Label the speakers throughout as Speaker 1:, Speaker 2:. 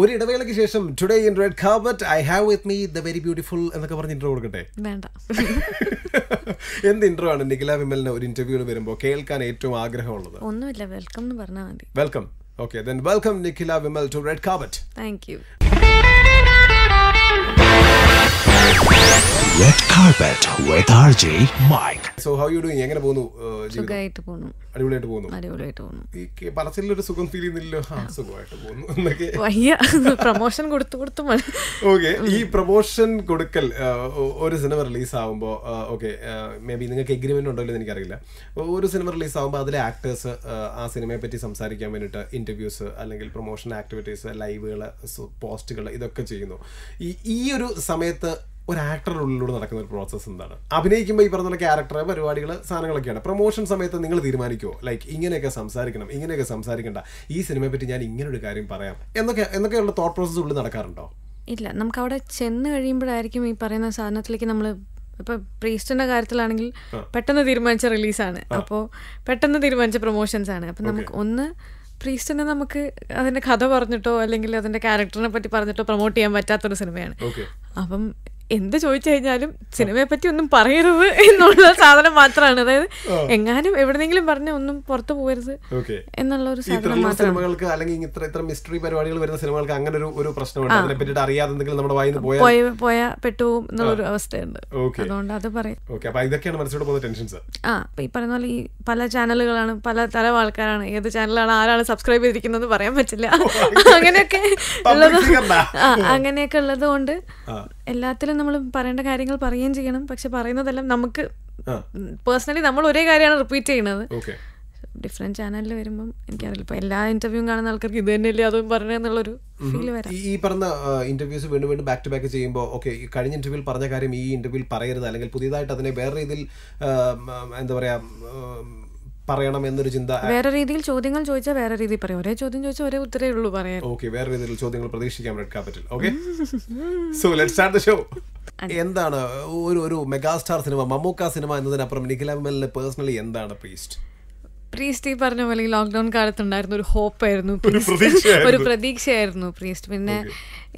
Speaker 1: ഒരു ഇടവേളയ്ക്ക് ശേഷം today in red carpet I have with me the very beautiful എന്നൊക്കെ പറഞ്ഞ് ഇൻട്രോ കൊടുക്കട്ടെ
Speaker 2: വേണ്ട
Speaker 1: എന്ത് ഇൻട്രോ ആണ് നിഖില വിമലിന് ഒരു ഇന്റർവ്യൂവിൽ വരുമ്പോൾ കേൾക്കാൻ ഏറ്റവും ആഗ്രഹമുള്ളത്
Speaker 2: ഒന്നുമില്ല വെൽക്കം എന്ന് പറഞ്ഞാൽ മതി
Speaker 1: welcome okay then welcome Nikhila Vimal to red carpet
Speaker 2: thank you
Speaker 3: Red Carpet with RJ Mike.
Speaker 1: So how you doing എങ്ങനെ പോകുന്നു ഏഹ്, ജീവിതം
Speaker 2: സുഖമായിട്ട് പോണു
Speaker 1: അടിപൊളിയായിട്ട് പോകുന്നു
Speaker 2: അടിപൊളിയായിട്ട് പോണു
Speaker 1: ഈ കേ- പറച്ചിലൊരു സുഖം ഫീൽ ചെയ്യുന്നില്ലല്ലോ ആ സുഖമായിട്ട് പോകുന്നു എന്നൊക്കെ
Speaker 2: വയ്യ പ്രൊമോഷൻ കൊടുത്തു കൊടുത്തു മതി
Speaker 1: ഓക്കെ ഈ പ്രൊമോഷൻ കൊടുക്കൽ ആ, ഒ- ഒരു സിനിമ റിലീസ് ആവുമ്പോൾ ഓക്കെ മേ ബി നിങ്ങൾക്ക് എഗ്രിമെന്റ് ഉണ്ടല്ലോ എന്ന് എനിക്കറിയില്ല ഒ- ഒരു സിനിമ റിലീസ് ആവുമ്പോൾ അതിലെ ആക്ടേഴ്സ് ആ സിനിമയെ പറ്റി സംസാരിക്കാൻ വേണ്ടിയിട്ട് ഇന്റർവ്യൂസ് അല്ലെങ്കിൽ പ്രൊമോഷൻ ആക്ടിവിറ്റീസ് ലൈവുകൾ പോസ്റ്റുകൾ ഇതൊക്കെ ചെയ്യുന്നു ഈ ഈ ഒരു സമയത്ത് ഒരു ആക്ടറുടെ ഉള്ളിലൂടെ നടക്കുന്ന ഒരു പ്രോസസ്സ് എന്താണ് അഭിനയിക്കുമ്പോൾ ഈ പറഞ്ഞ ക്യാരക്ടർ പരിപാടികൾ സാധനങ്ങളൊക്കെയാണ് പ്രൊമോഷൻ സമയത്ത് നിങ്ങൾ തീരുമാനിക്കുമോ ലൈക്ക് ഇങ്ങനെയൊക്കെ സംസാരിക്കണം ഇങ്ങനെയൊക്കെ സംസാരിക്കണ്ട ഈ സിനിമയെ പറ്റി ഞാൻ ഇങ്ങനൊരു കാര്യം പറയാം എന്നൊക്കെ എന്നൊക്കെയുള്ള തോട്ട് പ്രോസസ്സ് ഉള്ളിൽ നടക്കാറുണ്ടോ
Speaker 2: ഇല്ല നമുക്ക് അവിടെ ചെന്ന് കഴിയുമ്പോഴായിരിക്കും ഈ പറയുന്ന സാധനത്തിലേക്ക് നമ്മൾ ഇപ്പൊ പ്രീസ്റ്റിന്റെ കാര്യത്തിലാണെങ്കിൽ പെട്ടെന്ന് തീരുമാനിച്ച റിലീസാണ് അപ്പോൾ പെട്ടെന്ന് തീരുമാനിച്ച പ്രൊമോഷൻസ് ആണ് അപ്പം നമുക്ക് ഒന്ന് പ്രീസ്റ്റിനെ നമുക്ക് അതിന്റെ കഥ പറഞ്ഞിട്ടോ അല്ലെങ്കിൽ അതിന്റെ ക്യാരക്ടറിനെ പറ്റി പറഞ്ഞിട്ടോ പ്രൊമോട്ട് ചെയ്യാൻ പറ്റാത്തൊരു സിനിമയാണ്
Speaker 1: ഓക്കെ
Speaker 2: അപ്പം എന്ത് ചോദിച്ചു കഴിഞ്ഞാലും സിനിമയെ പറ്റി ഒന്നും പറയരുത് എന്നുള്ള സാധനം മാത്രമാണ് അതായത് എങ്ങാനും എവിടെന്നെങ്കിലും പറഞ്ഞ ഒന്നും പുറത്തു പോകരുത്
Speaker 1: ഓക്കെ
Speaker 2: എന്നുള്ള ഒരു
Speaker 1: ഈ
Speaker 2: സാധനം
Speaker 1: ത്രില്ലർ സിനിമകൾക്ക് അല്ലെങ്കിൽ ഇത്ര ഇത്ര മിസ്റ്ററി പരിപാടികൾ വരുന്ന സിനിമകൾക്ക് അങ്ങനെ ഒരു ഒരു പ്രശ്നമുണ്ട് അതിനെ പറ്റിയിട്ട് അറിയാതെ എന്തെങ്കിലും നമ്മുടെ വായിന്ന് പോയാൽ
Speaker 2: പോയ പോയാ പെട്ടുപോകും എന്നുള്ളൊരു അവസ്ഥയുണ്ട്
Speaker 1: ഓക്കെ
Speaker 2: അതുകൊണ്ട് അത് പറയും
Speaker 1: ഓക്കെ അപ്പൊ ഇതൊക്കെയാണ് മനസ്സിലോട് പോകുന്ന ടെൻഷൻസ്
Speaker 2: ആ ഇപ്പൊ ഈ പറയുന്ന പോലെ ഈ പല ചാനലുകളാണ് പല തരം ആൾക്കാരാണ് ഏത് ചാനലാണ് ആരാണ് സബ്സ്ക്രൈബ് ചെയ്തിരിക്കുന്നത് പറയാൻ പറ്റില്ല അങ്ങനെയൊക്കെ ഉള്ളത്
Speaker 1: figure ആ.
Speaker 2: ആ അങ്ങനെയൊക്കെ ഉള്ളത് കൊണ്ട് എല്ലാത്തിലും നമ്മൾ പറയേണ്ട കാര്യങ്ങൾ പറയുകയും ചെയ്യണം പക്ഷെ പറയുന്നതെല്ലാം നമുക്ക്
Speaker 1: ആ
Speaker 2: പേഴ്സണലി നമ്മൾ ഒരേ കാര്യമാണ് റിപ്പീറ്റ് ചെയ്യുന്നത്
Speaker 1: ഓക്കെ
Speaker 2: ഡിഫറെന്റ് ചാനലിൽ വരുമ്പം എനിക്കറിയില്ല ഇപ്പൊ എല്ലാ ഇന്റർവ്യൂവും കാണുന്ന ആൾക്കാർക്ക് ഇത് തന്നെയല്ലേ അതും പറഞ്ഞെന്നുള്ളൊരു ഫീൽ വരാം
Speaker 1: ഈ- ഈ പറഞ്ഞ ഇന്റർവ്യൂസ് വീണ്ടും വീണ്ടും ബാക്ക് ടു ബാക്ക് ചെയ്യുമ്പോൾ ഓക്കെ കഴിഞ്ഞ ഇന്റർവ്യൂവിൽ പറഞ്ഞ കാര്യം ഈ ഇന്റർവ്യൂവിൽ പറയരുത് അല്ലെങ്കിൽ പുതിയതായിട്ട് അതിനെ വേറെ രീതിയിൽ ആ, മ, എന്താ പറയാ ഉം, പറയണം എന്നൊരു ചിന്ത
Speaker 2: വേറെ രീതിയിൽ ചോദ്യങ്ങൾ ചോദിച്ചാൽ വേറെ രീതിയിൽ പറയും ഒരേ ചോദ്യം ചോദിച്ചാൽ ഒരേ ഉത്തരേ ഉള്ളൂ പറയാൻ
Speaker 1: ഓക്കെ വേറെ രീതിയിൽ ചോദ്യങ്ങൾ പ്രതീക്ഷിക്കാൻ റെഡ് പറ്റില്ല okay so let start the show എന്താണ് ഒരു ഒരു മെഗാസ്റ്റാർ സിനിമ മമ്മൂക്ക സിനിമ എന്നതിനപ്പുറം നിഖില വിമലിന് പേഴ്സണലി എന്താണ് പ്രീസ്റ്റ്
Speaker 2: പ്രീസ്റ്റ് ഈ പറഞ്ഞ പോലെ ഈ ലോക്ക്ഡൌൺ കാലത്തുണ്ടായിരുന്ന ഒരു ഹോപ്പായിരുന്നു
Speaker 1: പ്രതീക്ഷയായിരുന്നു.
Speaker 2: ഒരു പ്രതീക്ഷയായിരുന്നു പ്രീസ്റ്റ് പിന്നെ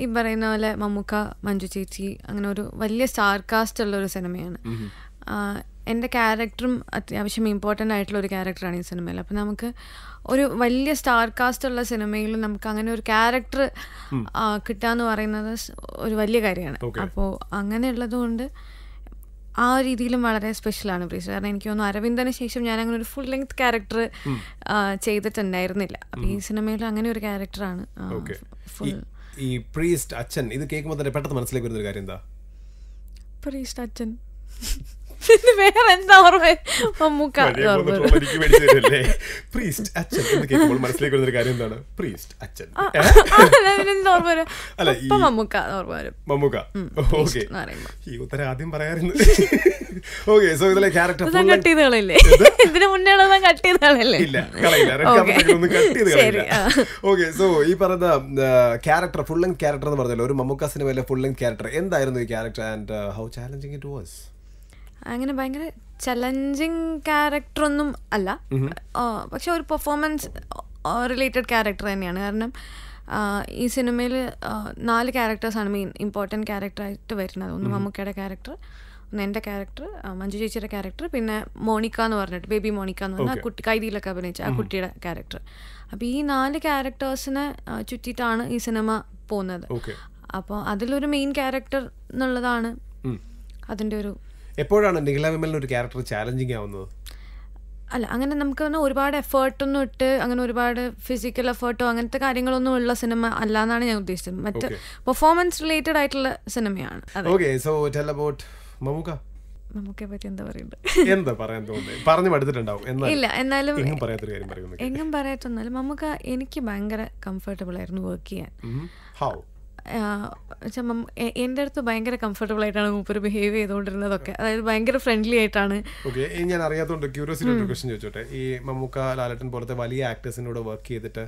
Speaker 2: ഈ പറയുന്ന പോലെ മമ്മൂക്ക മഞ്ജു ചേച്ചി അങ്ങനെ ഒരു വലിയ സ്റ്റാർ കാസ്റ്റ് ഉള്ള ഒരു സിനിമയാണ് ആ, എൻ്റെ ക്യാരക്ടറും അത്യാവശ്യം ഇമ്പോർട്ടൻ്റ് ആയിട്ടുള്ള ഒരു ക്യാരക്ടറാണ് ഈ സിനിമയിൽ അപ്പം നമുക്ക് ഒരു വലിയ സ്റ്റാർ കാസ്റ്റ് ഉള്ള സിനിമയിൽ നമുക്ക് അങ്ങനെ ഒരു ക്യാരക്ടർ കിട്ടുക എന്ന് പറയുന്നത് സ് ഒരു വലിയ കാര്യമാണ് അപ്പോൾ അങ്ങനെയുള്ളത് കൊണ്ട് ആ ഒരു രീതിയിലും വളരെ സ്പെഷ്യലാണ് പ്രീസ് കാരണം എനിക്ക് തോന്നുന്നു അരവിന്ദന് ശേഷം ഞാൻ അങ്ങനെ ഒരു ഫുൾ ലെങ്ത് ക്യാരക്ടർ ചെയ്തിട്ടുണ്ടായിരുന്നില്ല അപ്പൊ ഈ സിനിമയിൽ അങ്ങനെ ഒരു ക്യാരക്ടറാണ്
Speaker 1: ഓക്കെ ഈ പ്രീസ്റ്റ് അച്ഛൻ ഇത് കേൾക്കുമ്പോൾ തന്നെ പെട്ടെന്ന് മനസ്സിലേക്ക് വരുന്ന ഒരു കാര്യം എന്താ
Speaker 2: പ്രീസ്റ്റ് അച്ഛൻ പിന്നെ വേറെ എന്താ ഓർമ്മ മമ്മൂക്ക ഓർമ്മ വരും.
Speaker 1: പ്രീസ്റ്റ് അച്ഛൻ എന്ന് കേൾക്കുമ്പോൾ മനസ്സിലേക്ക് വരുന്ന ഒരു കാര്യം എന്താണ് പ്രീസ്റ്റ് അച്ഛൻ
Speaker 2: ആ, അതിനെന്താ ഓർമ്മ വരും
Speaker 1: അല്ല, ഈ-
Speaker 2: ഇപ്പൊ മമ്മൂക്ക ഓർമ്മ വരും
Speaker 1: മമ്മൂക്ക
Speaker 2: priest
Speaker 1: ഓക്കെ
Speaker 2: എന്ന് പറയുമ്പോൾ
Speaker 1: ഈ ഉത്തരം ആദ്യം പറയാറുണ്ട് ഓക്കെ സോ ഇതിലെ ക്യാരക്ടർ
Speaker 2: ഇതാ കട്ട് ചെയ്ത് കളയില്ലേ ഇതിന് മുന്നേ ഉള്ളതാ കട്ട് ചെയ്ത് കളയല്ലേ
Speaker 1: ഇല്ല കളയില്ല റെഡ്
Speaker 2: Okay.
Speaker 1: കാർപ്പറ്റൊന്നും കട്ട് ചെയ്ത് കളയില്ല
Speaker 2: ശരി, ആ.
Speaker 1: ഓക്കെ സോ ഈ പറഞ്ഞ ക്യാരക്ടർ ഫുൾ ലെങ്ത് ക്യാരക്ടർ എന്ന് പറഞ്ഞല്ലോ ഒരു മമ്മൂക്ക സിനിമയിലെ ഫുൾ ലെങ്ത് ക്യാരക്ടർ എന്തായിരുന്നു ഈ uh, character and how challenging it was
Speaker 2: അങ്ങനെ ഭയങ്കര ചലഞ്ചിങ് ക്യാരക്ടർ ഒന്നും അല്ല ആ, പക്ഷെ ഒരു പെർഫോമൻസ് റിലേറ്റഡ് ക്യാരക്ടർ തന്നെയാണ് കാരണം ആ, ഈ സിനിമയിൽ നാല് ക്യാരക്ടേഴ്സാണ് മെയിൻ ഇമ്പോർട്ടൻറ്റ് ക്യാരക്ടറായിട്ട് വരുന്നത് ഒന്ന് മമ്മൂക്കയുടെ ക്യാരക്ടർ ഒന്ന് എൻ്റെ ക്യാരക്ടർ മഞ്ജു ചേച്ചിയുടെ ക്യാരക്ടർ പിന്നെ മോണിക്ക എന്ന് പറഞ്ഞിട്ട് ബേബി മോണിക്ക എന്ന് പറഞ്ഞാൽ കുട്ടി കൈതിയിലൊക്കെ അഭിനയിച്ച ആ കുട്ടിയുടെ ക്യാരക്ടർ അപ്പോൾ ഈ നാല് ക്യാരക്ടേഴ്സിനെ ചുറ്റിയിട്ടാണ് ഈ സിനിമ പോകുന്നത്
Speaker 1: ഓക്കെ
Speaker 2: അപ്പോൾ അതിലൊരു മെയിൻ ക്യാരക്ടർ എന്നുള്ളതാണ് അതിൻ്റെ ഒരു
Speaker 1: എപ്പോഴാണ് നിഖില വിമലിന് ഒരു ക്യാരക്ടർ ചാലഞ്ചിങ് ആവുന്നത്
Speaker 2: അല്ല അങ്ങനെ നമുക്ക് പറഞ്ഞാൽ ഒരുപാട് എഫേർട്ടൊന്നും ഇട്ട് അങ്ങനെ ഒരുപാട് ഫിസിക്കൽ എഫേർട്ടോ അങ്ങനത്തെ കാര്യങ്ങളൊന്നും ഉള്ള സിനിമ അല്ല എന്നാണ് ഞാൻ ഉദ്ദേശിച്ചത് മറ്റ് പെർഫോമൻസ് റിലേറ്റഡ് ആയിട്ടുള്ള സിനിമയാണ് അതെ
Speaker 1: okay so tell about Mammukka
Speaker 2: നമുക്കെ പറ്റി എന്താ പറയുന്നത്
Speaker 1: എന്താ പറയാൻ തോന്നുന്നത് പറഞ്ഞു മടുത്തിട്ടുണ്ടാവും എന്നാൽ
Speaker 2: ഇല്ല എന്നാലും
Speaker 1: എങ്ങും പറയാത്തൊരു കാര്യം പറയുന്നു
Speaker 2: എങ്ങും പറയാത്തൊന്നാലും നമുക്ക് എനിക്ക് ഭയങ്കര കംഫർട്ടബിൾ ആയിരുന്നു വർക്ക് ചെയ്യാൻ
Speaker 1: ഹൗ
Speaker 2: ചമ്മ എൻ്റെ അടുത്ത് ഭയങ്കര കംഫർട്ടബിൾ ആയിട്ടാണ് മൂപ്പര് ബിഹേവ് ചെയ്തുകൊണ്ടിരുന്നതൊക്കെ അതായത് ഭയങ്കര ഫ്രണ്ട്ലി ആയിട്ടാണ്
Speaker 1: ഓക്കെ ഞാൻ അറിയാത്തതുകൊണ്ട് ക്യൂരിയോസിറ്റി ഒരു ക്വസ്റ്റ്യൻ ചോദിച്ചോട്ടെ ഈ മമ്മൂക്ക ലാലട്ടൻ പോലത്തെ വലിയ ആക്ടേഴ്സിനോട് വർക്ക് ചെയ്തിട്ട്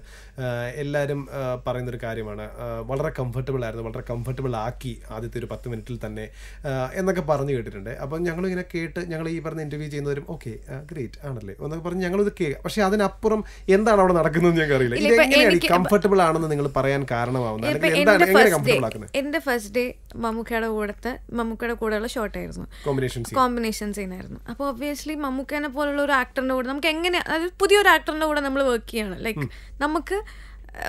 Speaker 1: എല്ലാവരും പറയുന്നൊരു കാര്യമാണ് ആ, വളരെ കംഫർട്ടബിൾ ആയിരുന്നു വളരെ കംഫർട്ടബിൾ ആക്കി ആദ്യത്തെ ഒരു പത്ത് മിനിറ്റിൽ തന്നെ ആ, എന്നൊക്കെ പറഞ്ഞു കേട്ടിട്ടുണ്ട് അപ്പം ഞങ്ങളിങ്ങനെ കേട്ട് ഞങ്ങൾ ഈ പറഞ്ഞ ഇൻ്റർവ്യൂ ചെയ്യുന്നവരും ഓക്കെ ഗ്രേറ്റ് ആണല്ലേ എന്നൊക്കെ പറഞ്ഞ് ഞങ്ങളിത് കേൾക്കുക പക്ഷേ അതിനപ്പുറം എന്താണ് അവിടെ നടക്കുന്നതെന്ന് ഞങ്ങൾക്ക് അറിയില്ല
Speaker 2: ഇല്ല,
Speaker 1: ഇത്
Speaker 2: ഇപ്പൊ
Speaker 1: എങ്ങനെയാണ്
Speaker 2: എനിക്ക്
Speaker 1: കംഫർട്ടബിൾ ആണെന്ന് നിങ്ങൾ പറയാൻ കാരണമാവുന്നത്
Speaker 2: ഇപ്പൊ
Speaker 1: അല്ലെങ്കിൽ എന്താണ് എങ്ങനെ
Speaker 2: എന്റെ ഫസ്റ്റ് ഡേ
Speaker 1: കംഫർട്ടബിൾ ആക്കുന്നത്
Speaker 2: എന്റെ ഫസ്റ്റ് ഡേ മമ്മൂക്കയുടെ കൂടത്തെ മമ്മൂക്കയുടെ കൂടെയുള്ള ഷോട്ട് ആയിരുന്നു
Speaker 1: കോമ്പിനേഷൻ
Speaker 2: കോമ്പിനേഷൻ സീനായിരുന്നു അപ്പോൾ ഒബ്വിയസ്ലി മമ്മൂക്കനെ പോലുള്ള ഒരു ആക്ടറിന്റെ കൂടെ നമുക്ക് എങ്ങനെ അതായത് പുതിയൊരു ആക്ടറിന്റെ കൂടെ നമ്മൾ വർക്ക് ചെയ്യണം ലൈക്ക് നമുക്ക്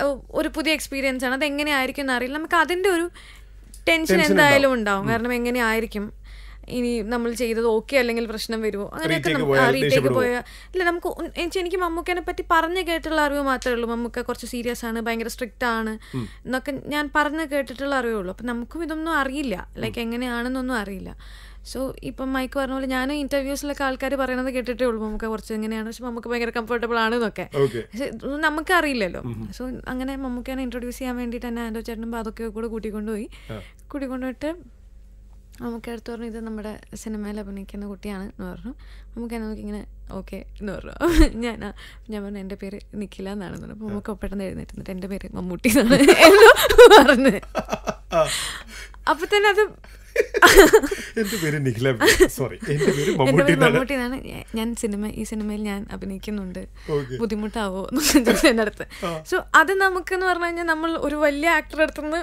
Speaker 2: ഏഹ്, ഒരു പുതിയ എക്സ്പീരിയൻസ് ആണ് അത് എങ്ങനെ ആയിരിക്കും എന്നറിയില്ല നമുക്ക് അതിന്റെ ഒരു ടെൻഷൻ എന്തായാലും ഉണ്ടാവും കാരണം എങ്ങനെ ആയിരിക്കും ഇനി നമ്മൾ ചെയ്തത് ഓക്കെ അല്ലെങ്കിൽ പ്രശ്നം വരുമോ അങ്ങനെയൊക്കെ
Speaker 1: Retake
Speaker 2: നമുക്ക്
Speaker 1: പോയാൽ
Speaker 2: റീടേക്ക് പോയ ഇല്ല നമുക്ക് ഉൻ- എനിക്ക് എനിക്ക് മമ്മൂക്കനെ പറ്റി പറഞ്ഞു കേട്ടുള്ള അറിവ് മാത്രമേ ഉള്ളൂ മമ്മൂക്ക കുറച്ച് സീരിയസ് ആണ് ഭയങ്കര സ്ട്രിക്റ്റ് ആണ് എന്നൊക്കെ ഞാൻ പറഞ്ഞു കേട്ടിട്ടുള്ള അറിവേ ഉള്ളൂ അപ്പം നമുക്കും ഇതൊന്നും അറിയില്ല ലൈക്ക് എങ്ങനെയാണെന്നൊന്നും അറിയില്ല സോ ഇപ്പം മൈക്ക് പറഞ്ഞ പോലെ ഞാൻ ഇന്റർവ്യൂസിലൊക്കെ ആൾക്കാർ പറയുന്നത് കേട്ടിട്ടേ ഉള്ളൂ നമുക്ക് കുറച്ച് എങ്ങനെയാണ് പക്ഷെ നമുക്ക് ഭയങ്കര കംഫർട്ടബിൾ ആണ് എന്നൊക്കെ
Speaker 1: ഓക്കെ
Speaker 2: പക്ഷെ ഇതൊന്നും നമുക്ക് അറിയില്ലല്ലോ സോ അങ്ങനെ മമ്മൂക്കാനെ ഇൻട്രൊഡ്യൂസ് ചെയ്യാൻ വേണ്ടിയിട്ട് തന്നെ ആൻഡോ ചേട്ടനും അതൊക്കെ കൂടെ കൂട്ടിക്കൊണ്ടുപോയി കൂട്ടിക്കൊണ്ടുപോയിട്ട് നമുക്ക് അടുത്ത് പറഞ്ഞു ഇത് നമ്മുടെ സിനിമയിൽ അഭിനയിക്കുന്ന കുട്ടിയാണ് എന്ന് പറഞ്ഞു നമുക്ക് നമുക്കിങ്ങനെ ഓക്കെ എന്ന് പറഞ്ഞു ഞാൻ ആ, ഞാൻ പറഞ്ഞു എൻ്റെ പേര് നിഖില എന്നാണ് പറഞ്ഞു അപ്പോൾ നമുക്ക് പെട്ടെന്ന് എഴുന്നേറ്റ് എന്നിട്ട് എൻ്റെ പേര് മമ്മൂട്ടി എന്നാണ് എന്ന് പറഞ്ഞു അപ്പം തന്നെ അത്
Speaker 1: എന്റെ പേര് നിഖില സോറി എന്റെ പേര്
Speaker 2: എൻ്റെ
Speaker 1: മമ്മൂട്ടി
Speaker 2: പേര്
Speaker 1: എന്നാണ്
Speaker 2: മമ്മൂട്ടി എന്നാണ് ഞാൻ- ഞാൻ സിനിമ ഈ സിനിമയിൽ ഞാൻ അഭിനയിക്കുന്നുണ്ട്
Speaker 1: Okay.
Speaker 2: ബുദ്ധിമുട്ടാവോ എൻ്റെ അടുത്ത് സോ അത് നമുക്ക് എന്ന് പറഞ്ഞു കഴിഞ്ഞാൽ നമ്മൾ ഒരു വലിയ ആക്ടറെ അടുത്തുനിന്ന്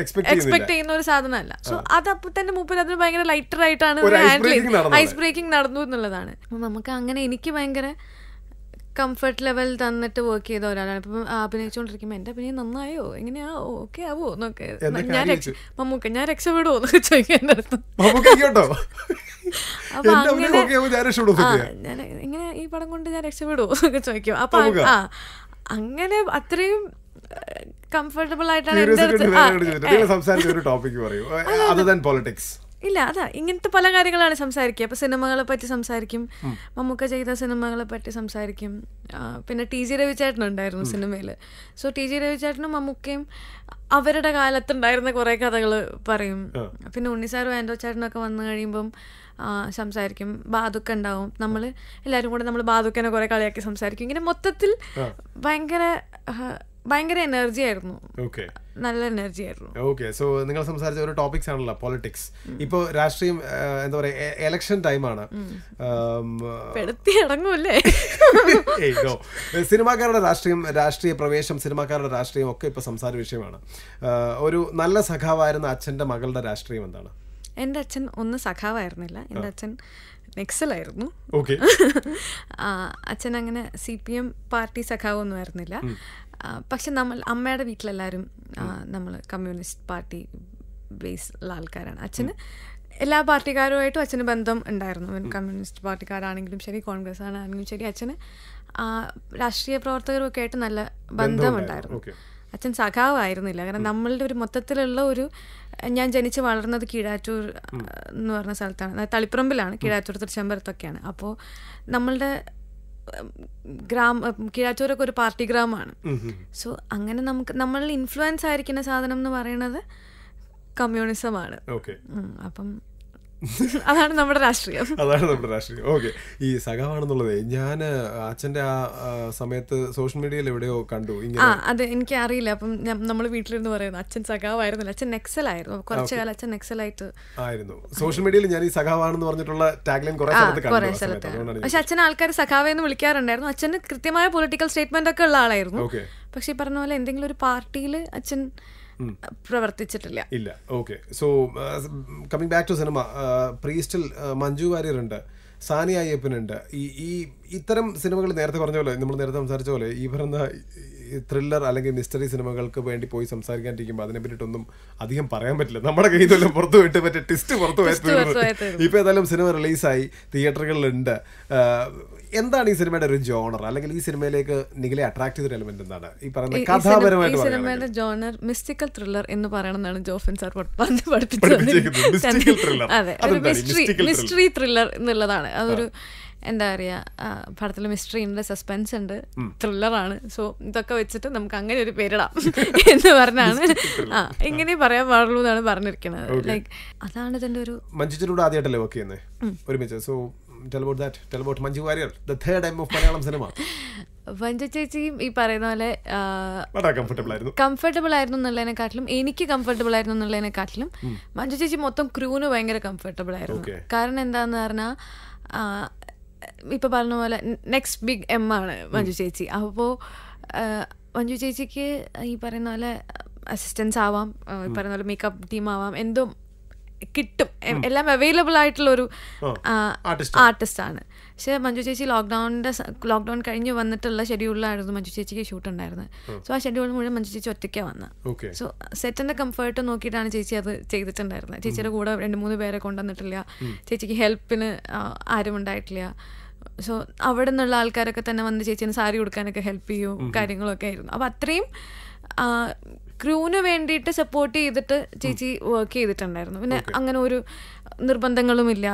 Speaker 1: എക്സ്പെക്ട് ചെയ്യുന്നില്ല
Speaker 2: എക്സ്പെക്ട് ചെയ്യുന്ന ഒരു സാധനമല്ല സോ അത് അപ്പൊ തന്നെ മൂപ്പർ അതിന് ഭയങ്കര ലൈറ്റർ ആയിട്ടാണ്
Speaker 1: ഒരു ice
Speaker 2: ഹാൻഡിൽ
Speaker 1: breaking നടന്നത്.
Speaker 2: ഐസ് ബ്രേക്കിംഗ് നടന്നു എന്നുള്ളതാണ് അപ്പൊ നമുക്ക് അങ്ങനെ എനിക്ക് ഭയങ്കര കംഫർട്ട് ലെവൽ തന്നിട്ട് വർക്ക് ചെയ്ത ഒരാളാണ് ഇപ്പം അഭിനയിച്ചുകൊണ്ടിരിക്കുമ്പോൾ എൻ്റെ അഭിനയം നന്നായോ എങ്ങനെയാ ഓക്കെ ആവോ എന്നൊക്കെ
Speaker 1: എന്നൊക്കെ
Speaker 2: ഞാൻ രക്ഷ-
Speaker 1: ആലോചിച്ചു.
Speaker 2: മമ്മൂക്ക ഞാൻ രക്ഷപ്പെടുമോ എന്നൊക്കെ ചോദിക്കാൻ എൻ്റെ അടുത്ത്
Speaker 1: നമുക്ക് കേട്ടോ
Speaker 2: അപ്പൊ
Speaker 1: എന്റെ അഭിനയം
Speaker 2: അങ്ങനെ
Speaker 1: ഒക്കെ ആവുമ്പോൾ ഞാൻ രക്ഷപ്പെടും
Speaker 2: ആ,
Speaker 1: സത്യം.
Speaker 2: ഞാൻ ഇങ്ങനെ ഈ പടം കൊണ്ട് ഞാൻ രക്ഷപ്പെടുമോ എന്നൊക്കെ ചോദിക്കും അപ്പൊ അ-
Speaker 1: നമുക്ക്.
Speaker 2: ആ അങ്ങനെ അത്രയും കംഫർട്ടബിൾ ആയിട്ടാണ് എൻ്റെ
Speaker 1: Curiosity
Speaker 2: അടുത്ത്
Speaker 1: കൊണ്ട്
Speaker 2: ആ,
Speaker 1: വേറെ ചോദിച്ചിട്ട് നിങ്ങൾ സംസാരിച്ച ഒരു ടോപ്പിക് പറയൂ അതർ ദാൻ പോളിറ്റിക്സ്
Speaker 2: ഇല്ല അതാ ഇങ്ങനത്തെ പല കാര്യങ്ങളാണ് സംസാരിക്കുക അപ്പൊ സിനിമകളെ പറ്റി സംസാരിക്കും മമ്മൂക്ക ചെയ്ത സിനിമകളെ പറ്റി സംസാരിക്കും ആ, പിന്നെ ടി ജി രവിചേട്ടൻ ഉണ്ടായിരുന്നു സിനിമയിൽ സോ ടി ജി രവിചേട്ടനും മമ്മൂക്കയും അവരുടെ കാലത്തുണ്ടായിരുന്ന കുറേ കഥകൾ പറയും പിന്നെ ഉണ്ണിസാറും ആൻഡോ ചേട്ടനൊക്കെ വന്നു കഴിയുമ്പം ആ, സംസാരിക്കും ബാധുക്ക ഉണ്ടാവും നമ്മൾ എല്ലാവരും കൂടെ നമ്മൾ ബാധുക്കനെ കുറേ കളിയാക്കി സംസാരിക്കും ഇങ്ങനെ മൊത്തത്തിൽ ഭയങ്കര ആ, ഭയങ്കര എനർജി ആയിരുന്നു
Speaker 1: ഓക്കെ
Speaker 2: നല്ല എനർജി ആയിരുന്നു
Speaker 1: ഓക്കെ സോ നിങ്ങൾ സംസാരിച്ച ഒരു ടോപ്പിക്സ് ആണല്ലോ പോളിറ്റിക്സ് ഇപ്പോ രാഷ്ട്രീയം ആ, എന്താ പറയാ എലക്ഷൻ ടൈമാണ്
Speaker 2: പെടുത്തി ഇടങ്ങൂല്ലേ
Speaker 1: സിനിമാക്കാരുടെ രാഷ്ട്രീയം രാഷ്ട്രീയ പ്രവേശം സിനിമാക്കാരുടെ രാഷ്ട്രീയം ഒക്കെ ഇപ്പൊ സംസാര വിഷയമാണ് ആ, ഒരു നല്ല സഖാവായിരുന്ന അച്ഛന്റെ മകളുടെ രാഷ്ട്രീയം എന്താണ്
Speaker 2: എൻ്റെ അച്ഛൻ ഒന്ന് സഖാവായിരുന്നില്ല എൻ്റെ അച്ഛൻ നെക്സലായിരുന്നു
Speaker 1: ഓക്കെ
Speaker 2: ആ, അച്ഛൻ അങ്ങനെ സി പി എം പാർട്ടി സഖാവൊന്നും ആയിരുന്നില്ല ആ, പക്ഷെ നമ്മൾ അമ്മയുടെ വീട്ടിലെല്ലാവരും നമ്മൾ കമ്മ്യൂണിസ്റ്റ് പാർട്ടി ബേസിലുള്ള ആൾക്കാരാണ് അച്ഛന് എല്ലാ പാർട്ടിക്കാരുമായിട്ടും അച്ഛന് ബന്ധം ഉണ്ടായിരുന്നു അവൻ കമ്മ്യൂണിസ്റ്റ് പാർട്ടിക്കാരാണെങ്കിലും ശരി കോൺഗ്രസ് ആണെങ്കിലും ശരി അച്ഛന് ആ, രാഷ്ട്രീയ പ്രവർത്തകരുമൊക്കെ ആയിട്ട് നല്ല ബന്ധമുണ്ടായിരുന്നു
Speaker 1: ഓക്കെ
Speaker 2: അച്ഛൻ സഖാവായിരുന്നില്ല കാരണം നമ്മളുടെ ഒരു മൊത്തത്തിലുള്ള ഒരു ഞാൻ ജനിച്ച് വളർന്നത് കീഴാറ്റൂർ ആ, എന്ന് പറഞ്ഞ സ്ഥലത്താണ് അതായത് തളിപ്പറമ്പിലാണ് കീഴാറ്റൂർ തൃച്ചമ്പരത്തൊക്കെയാണ് അപ്പോൾ നമ്മളുടെ ഉം, ഗ്രാമ ഉം, കീഴാറ്റൂരൊക്കെ ഒരു പാർട്ടി ഗ്രാമമാണ് സോ അങ്ങനെ നമുക്ക് നമ്മൾ ഇൻഫ്ലുവൻസ് ആയിരിക്കുന്ന സാധനം എന്ന് പറയുന്നത് കമ്മ്യൂണിസമാണ്
Speaker 1: ഓക്കെ
Speaker 2: ഉം, അപ്പം അതാണ് നമ്മുടെ രാഷ്ട്രീയം
Speaker 1: അതാണ് നമ്മുടെ രാഷ്ട്രീയം ഓക്കെ ഈ സഖാവാണെന്നുള്ളത് ഞാൻ അച്ഛൻ്റെ ആ ആ, സമയത്ത് സോഷ്യൽ മീഡിയയിൽ എവിടെയോ കണ്ടു
Speaker 2: ആ
Speaker 1: ഇങ്ങനെ
Speaker 2: അത് എനിക്ക് അറിയില്ല അപ്പം നമ്മൾ വീട്ടിലിരുന്ന് പറയുന്നു അച്ഛൻ സഖാവായിരുന്നില്ല അച്ഛൻ നെക്സലായിരുന്നു കുറച്ചു കാലം അച്ഛൻ നെക്സലായിട്ട്
Speaker 1: ആയിരുന്നു സോഷ്യൽ മീഡിയയിൽ ഞാൻ ഈ സഖാവാണെന്ന് പറഞ്ഞിട്ടുള്ള ടാഗ്ലൈൻ കുറെ
Speaker 2: ആ,
Speaker 1: സ്ഥലത്ത്
Speaker 2: കുറേ
Speaker 1: കണ്ടു ആ സമയത്ത്. അതുകൊണ്ടാണ്
Speaker 2: സ്ഥലത്തായിരുന്നു
Speaker 1: ഞാൻ-
Speaker 2: പക്ഷെ അച്ഛൻ ആൾക്കാർ സഖാവേന്ന് വിളിക്കാറുണ്ടായിരുന്നു അച്ഛന് കൃത്യമായ പൊളിറ്റിക്കൽ സ്റ്റേറ്റ്മെന്റ് ഒക്കെ ഉള്ള ആളായിരുന്നു
Speaker 1: ഓക്കെ
Speaker 2: പക്ഷെ ഈ പറഞ്ഞ പോലെ എന്തെങ്കിലും ഒരു പാർട്ടിയിൽ അച്ഛൻ പ്രവർത്തിച്ചിട്ടില്ല
Speaker 1: ഇല്ല uh, okay so coming back to cinema പ്രീസ്റ്റിൽ uh, മഞ്ജു വാര്യറുണ്ട് സാനി അയ്യപ്പനുണ്ട് ഈ ഈ ഇത്തരം സിനിമകൾ നേരത്തെ പറഞ്ഞ പോലെ നമ്മൾ നേരത്തെ സംസാരിച്ച പോലെ ഈ പറഞ്ഞ ത്രില്ലർ അല്ലെങ്കിൽ മിസ്റ്ററി സിനിമകൾക്ക് വേണ്ടി പോയി സംസാരിക്കാണ്ടിരിക്കുമ്പോൾ അതിനെ പറ്റിയിട്ടൊന്നും അധികം പറയാൻ പറ്റില്ല നമ്മുടെ കയ്യിൽ നിന്നെല്ലാം പുറത്തു പോയിട്ട് പറ്റിയ ടിസ്റ്റ് പുറത്തു പോയ
Speaker 2: പുറത്ത് പോയ തീർന്നു.
Speaker 1: ഇപ്പൊ ഏതായാലും സിനിമ റിലീസായി തിയേറ്ററുകളിലുണ്ട് ആഹ് Uh, എന്താണ് ഈ സിനിമയുടെ ഒരു ജോണർ അല്ലെങ്കിൽ ഈ സിനിമയിലേക്ക് നിഖിലെ അട്രാക്ട് ചെയ്തൊരു എലിമെന്റ് എന്താണ് ഈ പറയുന്ന
Speaker 2: ഈ- ഈ സിനിമ- ഈ
Speaker 1: കഥാപരമായിട്ട് പറയുന്നത്
Speaker 2: സിനിമയുടെ ജോണർ മിസ്റ്റിക്കൽ ത്രില്ലർ എന്ന് പറയണമെന്നാണ് ജോഫിൻ സാർ
Speaker 1: പഠിപ്പിച്ചേക്കുന്നത്. Mystical thriller.
Speaker 2: പഠിപ്പിച്ചത് അതെ
Speaker 1: അതെന്താണ് ഈ mystical thriller?
Speaker 2: മിസ്റ്ററി ത്രില്ലർ എന്നുള്ളതാണ് അതൊരു എന്താ പറയുക പടത്തിൽ മിസ്റ്ററി ഉണ്ട് സസ്പെൻസ് ഉണ്ട് ത്രില്ലറാണ് സോ ഇതൊക്കെ വെച്ചിട്ട് നമുക്ക് അങ്ങനെ ഒരു പേരിടാം എന്ന് പറഞ്ഞാണ് ആ ഇങ്ങനെ പറയാൻ പാടുള്ളൂ എന്നാണ് പറഞ്ഞിരിക്കുന്നത് ലൈക്ക് അതാണ് ഇതിൻ്റെ ഒരു
Speaker 1: മഞ്ജുച്ചിലൂടെ ആദ്യമായിട്ടല്ലേ വർക്ക് ചെയ്യുന്നത് ഒരുമിച്ച് so tell about that tell about Manju Warrier the third time of Malayalam cinema
Speaker 2: വഞ്ച ചേച്ചിയും ഈ പറയുന്ന പോലെ ആ,
Speaker 1: വളരെ കംഫർട്ടബിൾ ആയിരുന്നു
Speaker 2: കംഫർട്ടബിൾ ആയിരുന്നു എന്നുള്ളതിനെക്കാട്ടിലും എനിക്ക് കംഫർട്ടബിൾ ആയിരുന്നു എന്നുള്ളതിനെക്കാട്ടിലും മഞ്ജു ചേച്ചി മൊത്തം ക്രൂവിന് ഭയങ്കര കംഫർട്ടബിൾ ആയിരുന്നു
Speaker 1: Okay.
Speaker 2: കാരണം എന്താന്ന് പറഞ്ഞാൽ ഇപ്പൊ പറഞ്ഞ പോലെ നെക്സ്റ്റ് ബിഗ് എം ആണ് മഞ്ജു ചേച്ചി അപ്പോൾ മഞ്ജു ചേച്ചിക്ക് ഈ പറയുന്ന പോലെ അസിസ്റ്റൻസ് ആവാം ആ, ഈ പറയുന്ന പോലെ മേക്കപ്പ് ടീം ആവാം എന്തും കിട്ടും എ- എല്ലാം അവൈലബിൾ ആയിട്ടുള്ള ഒരു
Speaker 1: ആ. Artist
Speaker 2: ആർട്ടിസ്റ്റ് ആണ് പക്ഷെ മഞ്ജു ചേച്ചി ലോക്ക്ഡൗണിന്റെ ലോക്ക്ഡൗൺ കഴിഞ്ഞ് വന്നിട്ടുള്ള ഷെഡ്യൂളിലായിരുന്നു മഞ്ജു ചേച്ചിക്ക് ഷൂട്ട് ഉണ്ടായിരുന്നത് സോ ആ ഷെഡ്യൂൾ മുഴുവൻ മഞ്ജു ചേച്ചി ഒറ്റയ്ക്കാണ് വന്നത്
Speaker 1: ഓക്കെ
Speaker 2: സോ സെറ്റിന്റെ കംഫർട്ട് നോക്കിയിട്ടാണ് ചേച്ചി അത് ചെയ്തിട്ടുണ്ടായിരുന്നത് ചേച്ചിയുടെ കൂടെ രണ്ട് മൂന്ന് പേരെ കൊണ്ടുവന്നിട്ടില്ല ചേച്ചിക്ക് ഹെൽപ്പിന് ആരും ഉണ്ടായിട്ടില്ല സോ അവിടെ നിന്നുള്ള ആൾക്കാരൊക്കെ തന്നെ വന്ന് ചേച്ചിന് സാരി കൊടുക്കാനൊക്കെ ഹെൽപ്പ് ചെയ്യും കാര്യങ്ങളൊക്കെ ആയിരുന്നു അപ്പം അത്രയും ക്രൂവിന് വേണ്ടിയിട്ട് സപ്പോർട്ട് ചെയ്തിട്ട് ചേച്ചി വർക്ക് ചെയ്തിട്ടുണ്ടായിരുന്നു പിന്നെ അങ്ങനെ ഒരു നിർബന്ധങ്ങളുമില്ല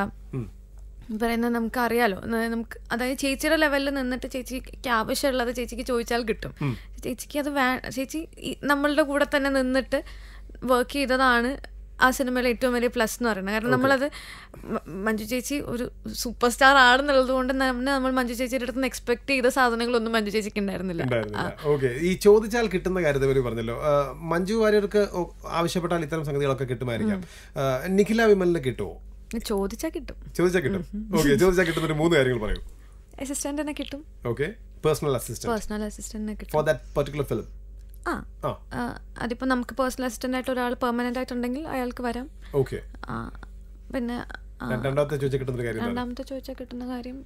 Speaker 2: പറയുന്നത് നമുക്കറിയാലോ ന- നമുക്ക് അതായത് ചേച്ചിയുടെ ലെവലിൽ നിന്നിട്ട് ചേച്ചിക്ക് ആവശ്യമുള്ളത് ചേച്ചിക്ക് ചോദിച്ചാൽ കിട്ടും ചേച്ചിക്ക് അത് വേ ചേച്ചി ഈ- നമ്മളുടെ കൂടെ തന്നെ നിന്നിട്ട് വർക്ക് ചെയ്തതാണ് ആ സിനിമയിലെ ഏറ്റവും വലിയ പ്ലസ് എന്ന് പറയുന്നത് കാരണം നമ്മളത് മ- മഞ്ജു ചേച്ചി ഒരു സൂപ്പർ സ്റ്റാർ ആണെന്നുള്ളത് കൊണ്ട് തന്നെ നമ്മൾ മഞ്ജു ചേച്ചിയുടെ അടുത്ത് നിന്ന് എക്സ്പെക്ട് ചെയ്ത സാധനങ്ങളൊന്നും മഞ്ജു ചേച്ചിക്ക് ഉണ്ടായിരുന്നില്ല
Speaker 1: ഉണ്ടായിരുന്നില്ല ഓക്കെ ഈ ചോദിച്ചാൽ കിട്ടുന്ന കാര്യത്തെ പറ്റി പറഞ്ഞല്ലോ ആ, മഞ്ജു വാര്യർക്ക് ഒ- ആവശ്യപ്പെട്ടാൽ ഇത്തരം സംഗതികളൊക്കെ കിട്ടുമായിരിക്കാം ആ, നിഖില വിമലിന് കിട്ടുമോ
Speaker 2: ചോദിച്ചാൽ കിട്ടും
Speaker 1: ചോദിച്ചാൽ കിട്ടും ഓക്കെ ചോദിച്ചാൽ കിട്ടുന്ന ഒരു മൂന്ന് കാര്യങ്ങൾ പറയൂ
Speaker 2: അസിസ്റ്റന്റിനെ കിട്ടും
Speaker 1: ഓക്കെ പേഴ്സണൽ അസിസ്റ്റന്റ്
Speaker 2: പേഴ്സണൽ അസിസ്റ്റന്റിനെ കിട്ടും
Speaker 1: ഫോർ ദാറ്റ് പർട്ടിക്കുലർ ഫിലിം
Speaker 2: ആ
Speaker 1: ആ
Speaker 2: ആ, അതിപ്പോൾ നമുക്ക് പേഴ്സണൽ അസിസ്റ്റന്റ് ആയിട്ട് ഒരാൾ പെർമനന്റ് ആയിട്ടുണ്ടെങ്കിൽ അയാൾക്ക് വരാം
Speaker 1: ഓക്കെ
Speaker 2: ആ, പിന്നെ ആ,
Speaker 1: രണ്ടാമത്തെ ചോദിച്ചാൽ കിട്ടുന്ന ഒരു കാര്യം എന്താണ്?
Speaker 2: രണ്ടാമത്തെ ചോദിച്ചാൽ കിട്ടുന്ന കാര്യം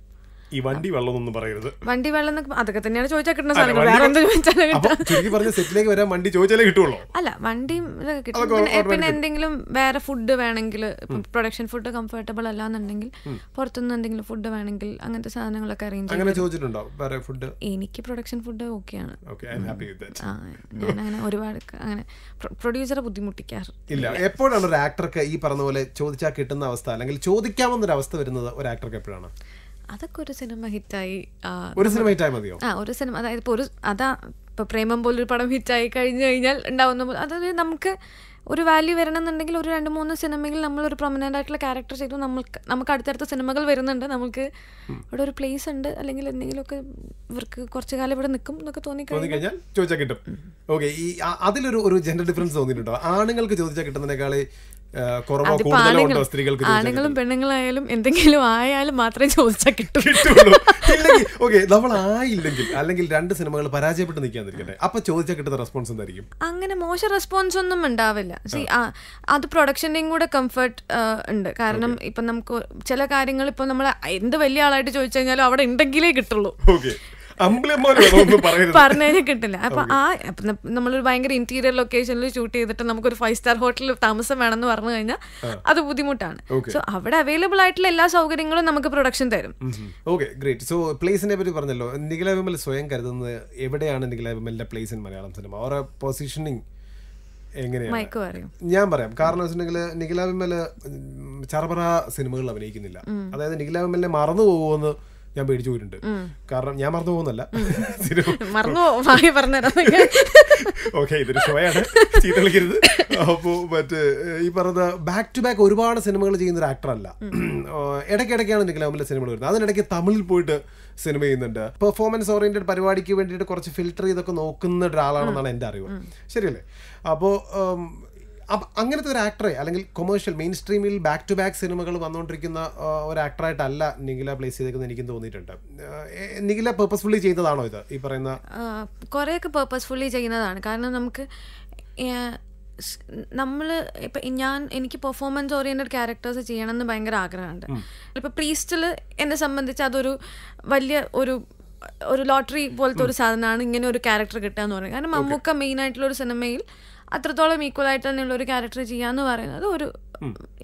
Speaker 1: ഈ വണ്ടി വെള്ളമൊന്നും പറയരുത്
Speaker 2: വണ്ടി വെള്ളം എന്നൊക്കെ- അതൊക്കെ തന്നെയാണ് ചോദിച്ചാൽ കിട്ടുന്ന
Speaker 1: അല്ല,
Speaker 2: സാധനങ്ങൾ
Speaker 1: വണ്ടി
Speaker 2: വേറെ എന്ത് ചോദിച്ചാലും
Speaker 1: അപ്പൊ
Speaker 2: കിട്ടും
Speaker 1: ചുരുക്കി പറഞ്ഞ സെറ്റിലേക്ക് വരാൻ വണ്ടി ചോദിച്ചാലേ കിട്ടുള്ളൂ
Speaker 2: അല്ല വണ്ടിയും ഇതൊക്കെ കിട്ടും
Speaker 1: അതൊക്കെ
Speaker 2: പിന്നെ-
Speaker 1: automatic
Speaker 2: പിന്നെ എന്തെങ്കിലും വേറെ ഫുഡ് വേണമെങ്കിൽ പ്രൊഡക്ഷൻ ഫുഡ് കംഫർട്ടബിൾ അല്ല എന്നുണ്ടെങ്കിൽ പുറത്തുനിന്ന് എന്തെങ്കിലും ഫുഡ് വേണമെങ്കിൽ അങ്ങനത്തെ സാധനങ്ങളൊക്കെ അറേഞ്ച് ചെയ്യും
Speaker 1: അങ്ങനെ ചോദിച്ചിട്ടുണ്ടോ വേറെ ഫുഡ്
Speaker 2: എനിക്ക് പ്രൊഡക്ഷൻ ഫുഡ് ഓക്കെയാണ്
Speaker 1: okay I'm happy with that
Speaker 2: ആ, ഞാൻ അങ്ങനെ ഒരുപാട് ക- അങ്ങനെ പ്രൊഡ്യൂസറെ ബുദ്ധിമുട്ടിക്കാറ്
Speaker 1: ഇല്ല എപ്പോഴാണ് ഒരു ആക്ടർക്ക് ഈ പറഞ്ഞ പോലെ ചോദിച്ചാൽ കിട്ടുന്ന അവസ്ഥ അല്ലെങ്കിൽ ചോദിക്കാമെന്നൊരു അവസ്ഥ വരുന്നത് ഒരു ആക്ടർക്ക് എപ്പോഴാണ്
Speaker 2: അതൊക്കെ ഒരു സിനിമ ഹിറ്റായി ആ,
Speaker 1: ഒരു സിനിമ ഹിറ്റായി മതിയോ
Speaker 2: ആ ഒരു സിനിമ അതായത് ഇപ്പോൾ ഒരു അതാ ഇപ്പോൾ പ്രേമം പോലൊരു പടം ഹിറ്റായി കഴിഞ്ഞു കഴിഞ്ഞാൽ ഉണ്ടാവുന്ന പോലെ അതായത് നമുക്ക് ഒരു വാല്യൂ വരണമെന്നുണ്ടെങ്കിൽ ഒരു രണ്ട് മൂന്ന് സിനിമയിൽ നമ്മളൊരു പ്രൊമനൻ്റ് ആയിട്ടുള്ള ക്യാരക്ടർ ചെയ്തു നമുക്ക് നമുക്ക് അടുത്തടുത്ത സിനിമകൾ വരുന്നുണ്ട് നമുക്ക് ഇവിടെ ഒരു പ്ലേസ് ഉണ്ട് അല്ലെങ്കിൽ എന്തെങ്കിലുമൊക്കെ ഇവർക്ക് കുറച്ച് കാലം ഇവിടെ നിൽക്കും എന്നൊക്കെ
Speaker 1: തോന്നി
Speaker 2: തോന്നിക്കഴിഞ്ഞാൽ
Speaker 1: കഴിഞ്ഞാൽ ചോദിച്ചാൽ കിട്ടും ഓക്കെ ഈ ആ- അതിലൊരു ഒരു ജെൻഡർ ഡിഫറൻസ് തോന്നിയിട്ടുണ്ടോ ആണുങ്ങൾക്ക് ചോദിച്ചാൽ കിട്ടുന്നതിനേക്കാളി ആ, കുറവോ
Speaker 2: അതിപ്പോ
Speaker 1: കൂടുതലോ
Speaker 2: ആണുങ്ങൾ
Speaker 1: ഉണ്ടോ സ്ത്രീകൾക്ക് ചോദിച്ചാൽ
Speaker 2: ആണുങ്ങളും പെണ്ണുങ്ങളായാലും എന്തെങ്കിലും ആയാലും മാത്രമേ ചോദിച്ചാൽ കിട്ടും
Speaker 1: കിട്ടുള്ളൂ ഇല്ലെങ്കിൽ ഓക്കെ നമ്മൾ ആയില്ലെങ്കിൽ അല്ലെങ്കിൽ രണ്ട് സിനിമകൾ പരാജയപ്പെട്ട് നിൽക്കാന്നിരിക്കട്ടെ അപ്പൊ ചോദിച്ചാൽ കിട്ടുന്ന റെസ്പോൺസ് എന്തായിരിക്കും
Speaker 2: അങ്ങനെ മോശം റെസ്പോൺസ് ഒന്നും ഉണ്ടാവില്ല See, ആ, അത് പ്രൊഡക്ഷൻ്റെയും കൂടെ കംഫർട്ട് ഉണ്ട് കാരണം ഇപ്പം നമുക്ക് ചില കാര്യങ്ങൾ ഇപ്പം നമ്മൾ എന്ത് വലിയ ആളായിട്ട് ചോദിച്ചു കഴിഞ്ഞാലും അവിടെ ഉണ്ടെങ്കിലേ കിട്ടുള്ളൂ
Speaker 1: ഓക്കെ അമ്പിളിയമ്മോനൊന്നും പറയരുത്
Speaker 2: പറഞ്ഞു കഴിഞ്ഞാൽ കിട്ടില്ല അപ്പൊ ആ അപ്പൊ ന- നമ്മളൊരു ഭയങ്കര ഇന്റീരിയർ ലൊക്കേഷനിൽ ഷൂട്ട് ചെയ്തിട്ട് നമുക്കൊരു ഫൈവ് സ്റ്റാർ ഹോട്ടലിൽ താമസം വേണമെന്ന് പറഞ്ഞു കഴിഞ്ഞാൽ അത് ബുദ്ധിമുട്ടാണ്
Speaker 1: Okay.
Speaker 2: സോ അവിടെ അവൈലബിൾ ആയിട്ടുള്ള എല്ലാ സൗകര്യങ്ങളും നമുക്ക് പ്രൊഡക്ഷൻ തരും
Speaker 1: ഓക്കെ ഗ്രേറ്റ് സോ പ്ലേസിനെ പറ്റി പറഞ്ഞല്ലോ നിഖില വിമൽ സ്വയം കരുതുന്നത് എവിടെയാണ് നിഖില വിമലിന്റെ പ്ലേസ് ഇൻ മലയാളം സിനിമ ഓരോ പൊസിഷനിങ് എങ്ങനെയാണ്
Speaker 2: മയക്ക് പറയും
Speaker 1: ഞാൻ പറയാം കാരണം വെച്ചിട്ടുണ്ടെങ്കിൽ നിഖില വിമൽ ചറപറ സിനിമകളിൽ അഭിനയിക്കുന്നില്ല അതായത് നിഖില വിമലിനെ മറന്നു പോകുമെന്ന് ഞാൻ പേടിച്ചു പോയിട്ടുണ്ട് കാരണം ഞാൻ മറന്നു പോകുന്നല്ല സിനിമ
Speaker 2: മറന്നു മായി പറഞ്ഞുതരാം
Speaker 1: ഓക്കെ ഇതൊരു ഷോയാണ് ചീത്ത കളിക്കരുത് അപ്പോൾ മറ്റേ ഈ പറഞ്ഞ ബാക്ക് ടു ബാക്ക് ഒരുപാട് സിനിമകൾ ചെയ്യുന്ന ഒരു ആക്ടറല്ല ഇടയ്ക്കിടയ്ക്കാണ് നിഖില അമലിന്റെ സിനിമകൾ വരുന്നത് അതിനിടയ്ക്ക് തമിഴിൽ പോയിട്ട് സിനിമ ചെയ്യുന്നുണ്ട് പെർഫോമൻസ് ഓറിയന്റഡ് പരിപാടിക്ക് വേണ്ടിയിട്ട് കുറച്ച് ഫിൽറ്റർ ചെയ്തൊക്കെ നോക്കുന്ന ഒരാളാണെന്നാണ് എൻ്റെ അറിവ് ശരിയല്ലേ അപ്പോൾ അങ്ങനത്തെ ഒരു ആക്ടറെ അല്ലെങ്കിൽ കൊമേഴ്ഷ്യൽ മെയിൻ സ്ട്രീമിൽ ബാക്ക് ടു ബാക്ക് സിനിമകൾ വന്നുകൊണ്ടിരിക്കുന്ന ആ, ഒരു ആക്ടറായിട്ടല്ല നിഖില പ്ലേസ് ചെയ്തേക്കുന്നത് എനിക്കും തോന്നിയിട്ടുണ്ട് ആ, എ- നിഖില പേർപ്പസ്ഫുള്ളി ചെയ്തതാണോ ഇത് ഈ പറയുന്ന
Speaker 2: കുറേയൊക്കെ പേർപ്പസ്ഫുള്ളി ചെയ്യുന്നതാണ് കാരണം നമുക്ക് നമ്മൾ ഇപ്പം ഞാൻ എനിക്ക് പെർഫോമൻസ് ഓറിയൻറ്റഡ് ക്യാരക്ടേഴ്സ് ചെയ്യണമെന്ന് ഭയങ്കര ആഗ്രഹമുണ്ട് ഇപ്പം പ്രീസ്റ്റിൽ എന്നെ സംബന്ധിച്ച് അതൊരു വലിയ ഒരു ഒരു ലോട്ടറി പോലത്തെ ഒരു സാധനമാണ് ഇങ്ങനെ ഒരു ക്യാരക്ടർ കിട്ടുക എന്ന് പറയുന്നത് കാരണം മമ്മൂക്ക മെയിൻ ആയിട്ടുള്ള ഒരു സിനിമയിൽ അത്രത്തോളം ഈക്വൽ ആയിട്ട് തന്നെയുള്ള ഒരു ക്യാരക്ടർ ചെയ്യുക എന്ന് പറയുന്നത് ഒരു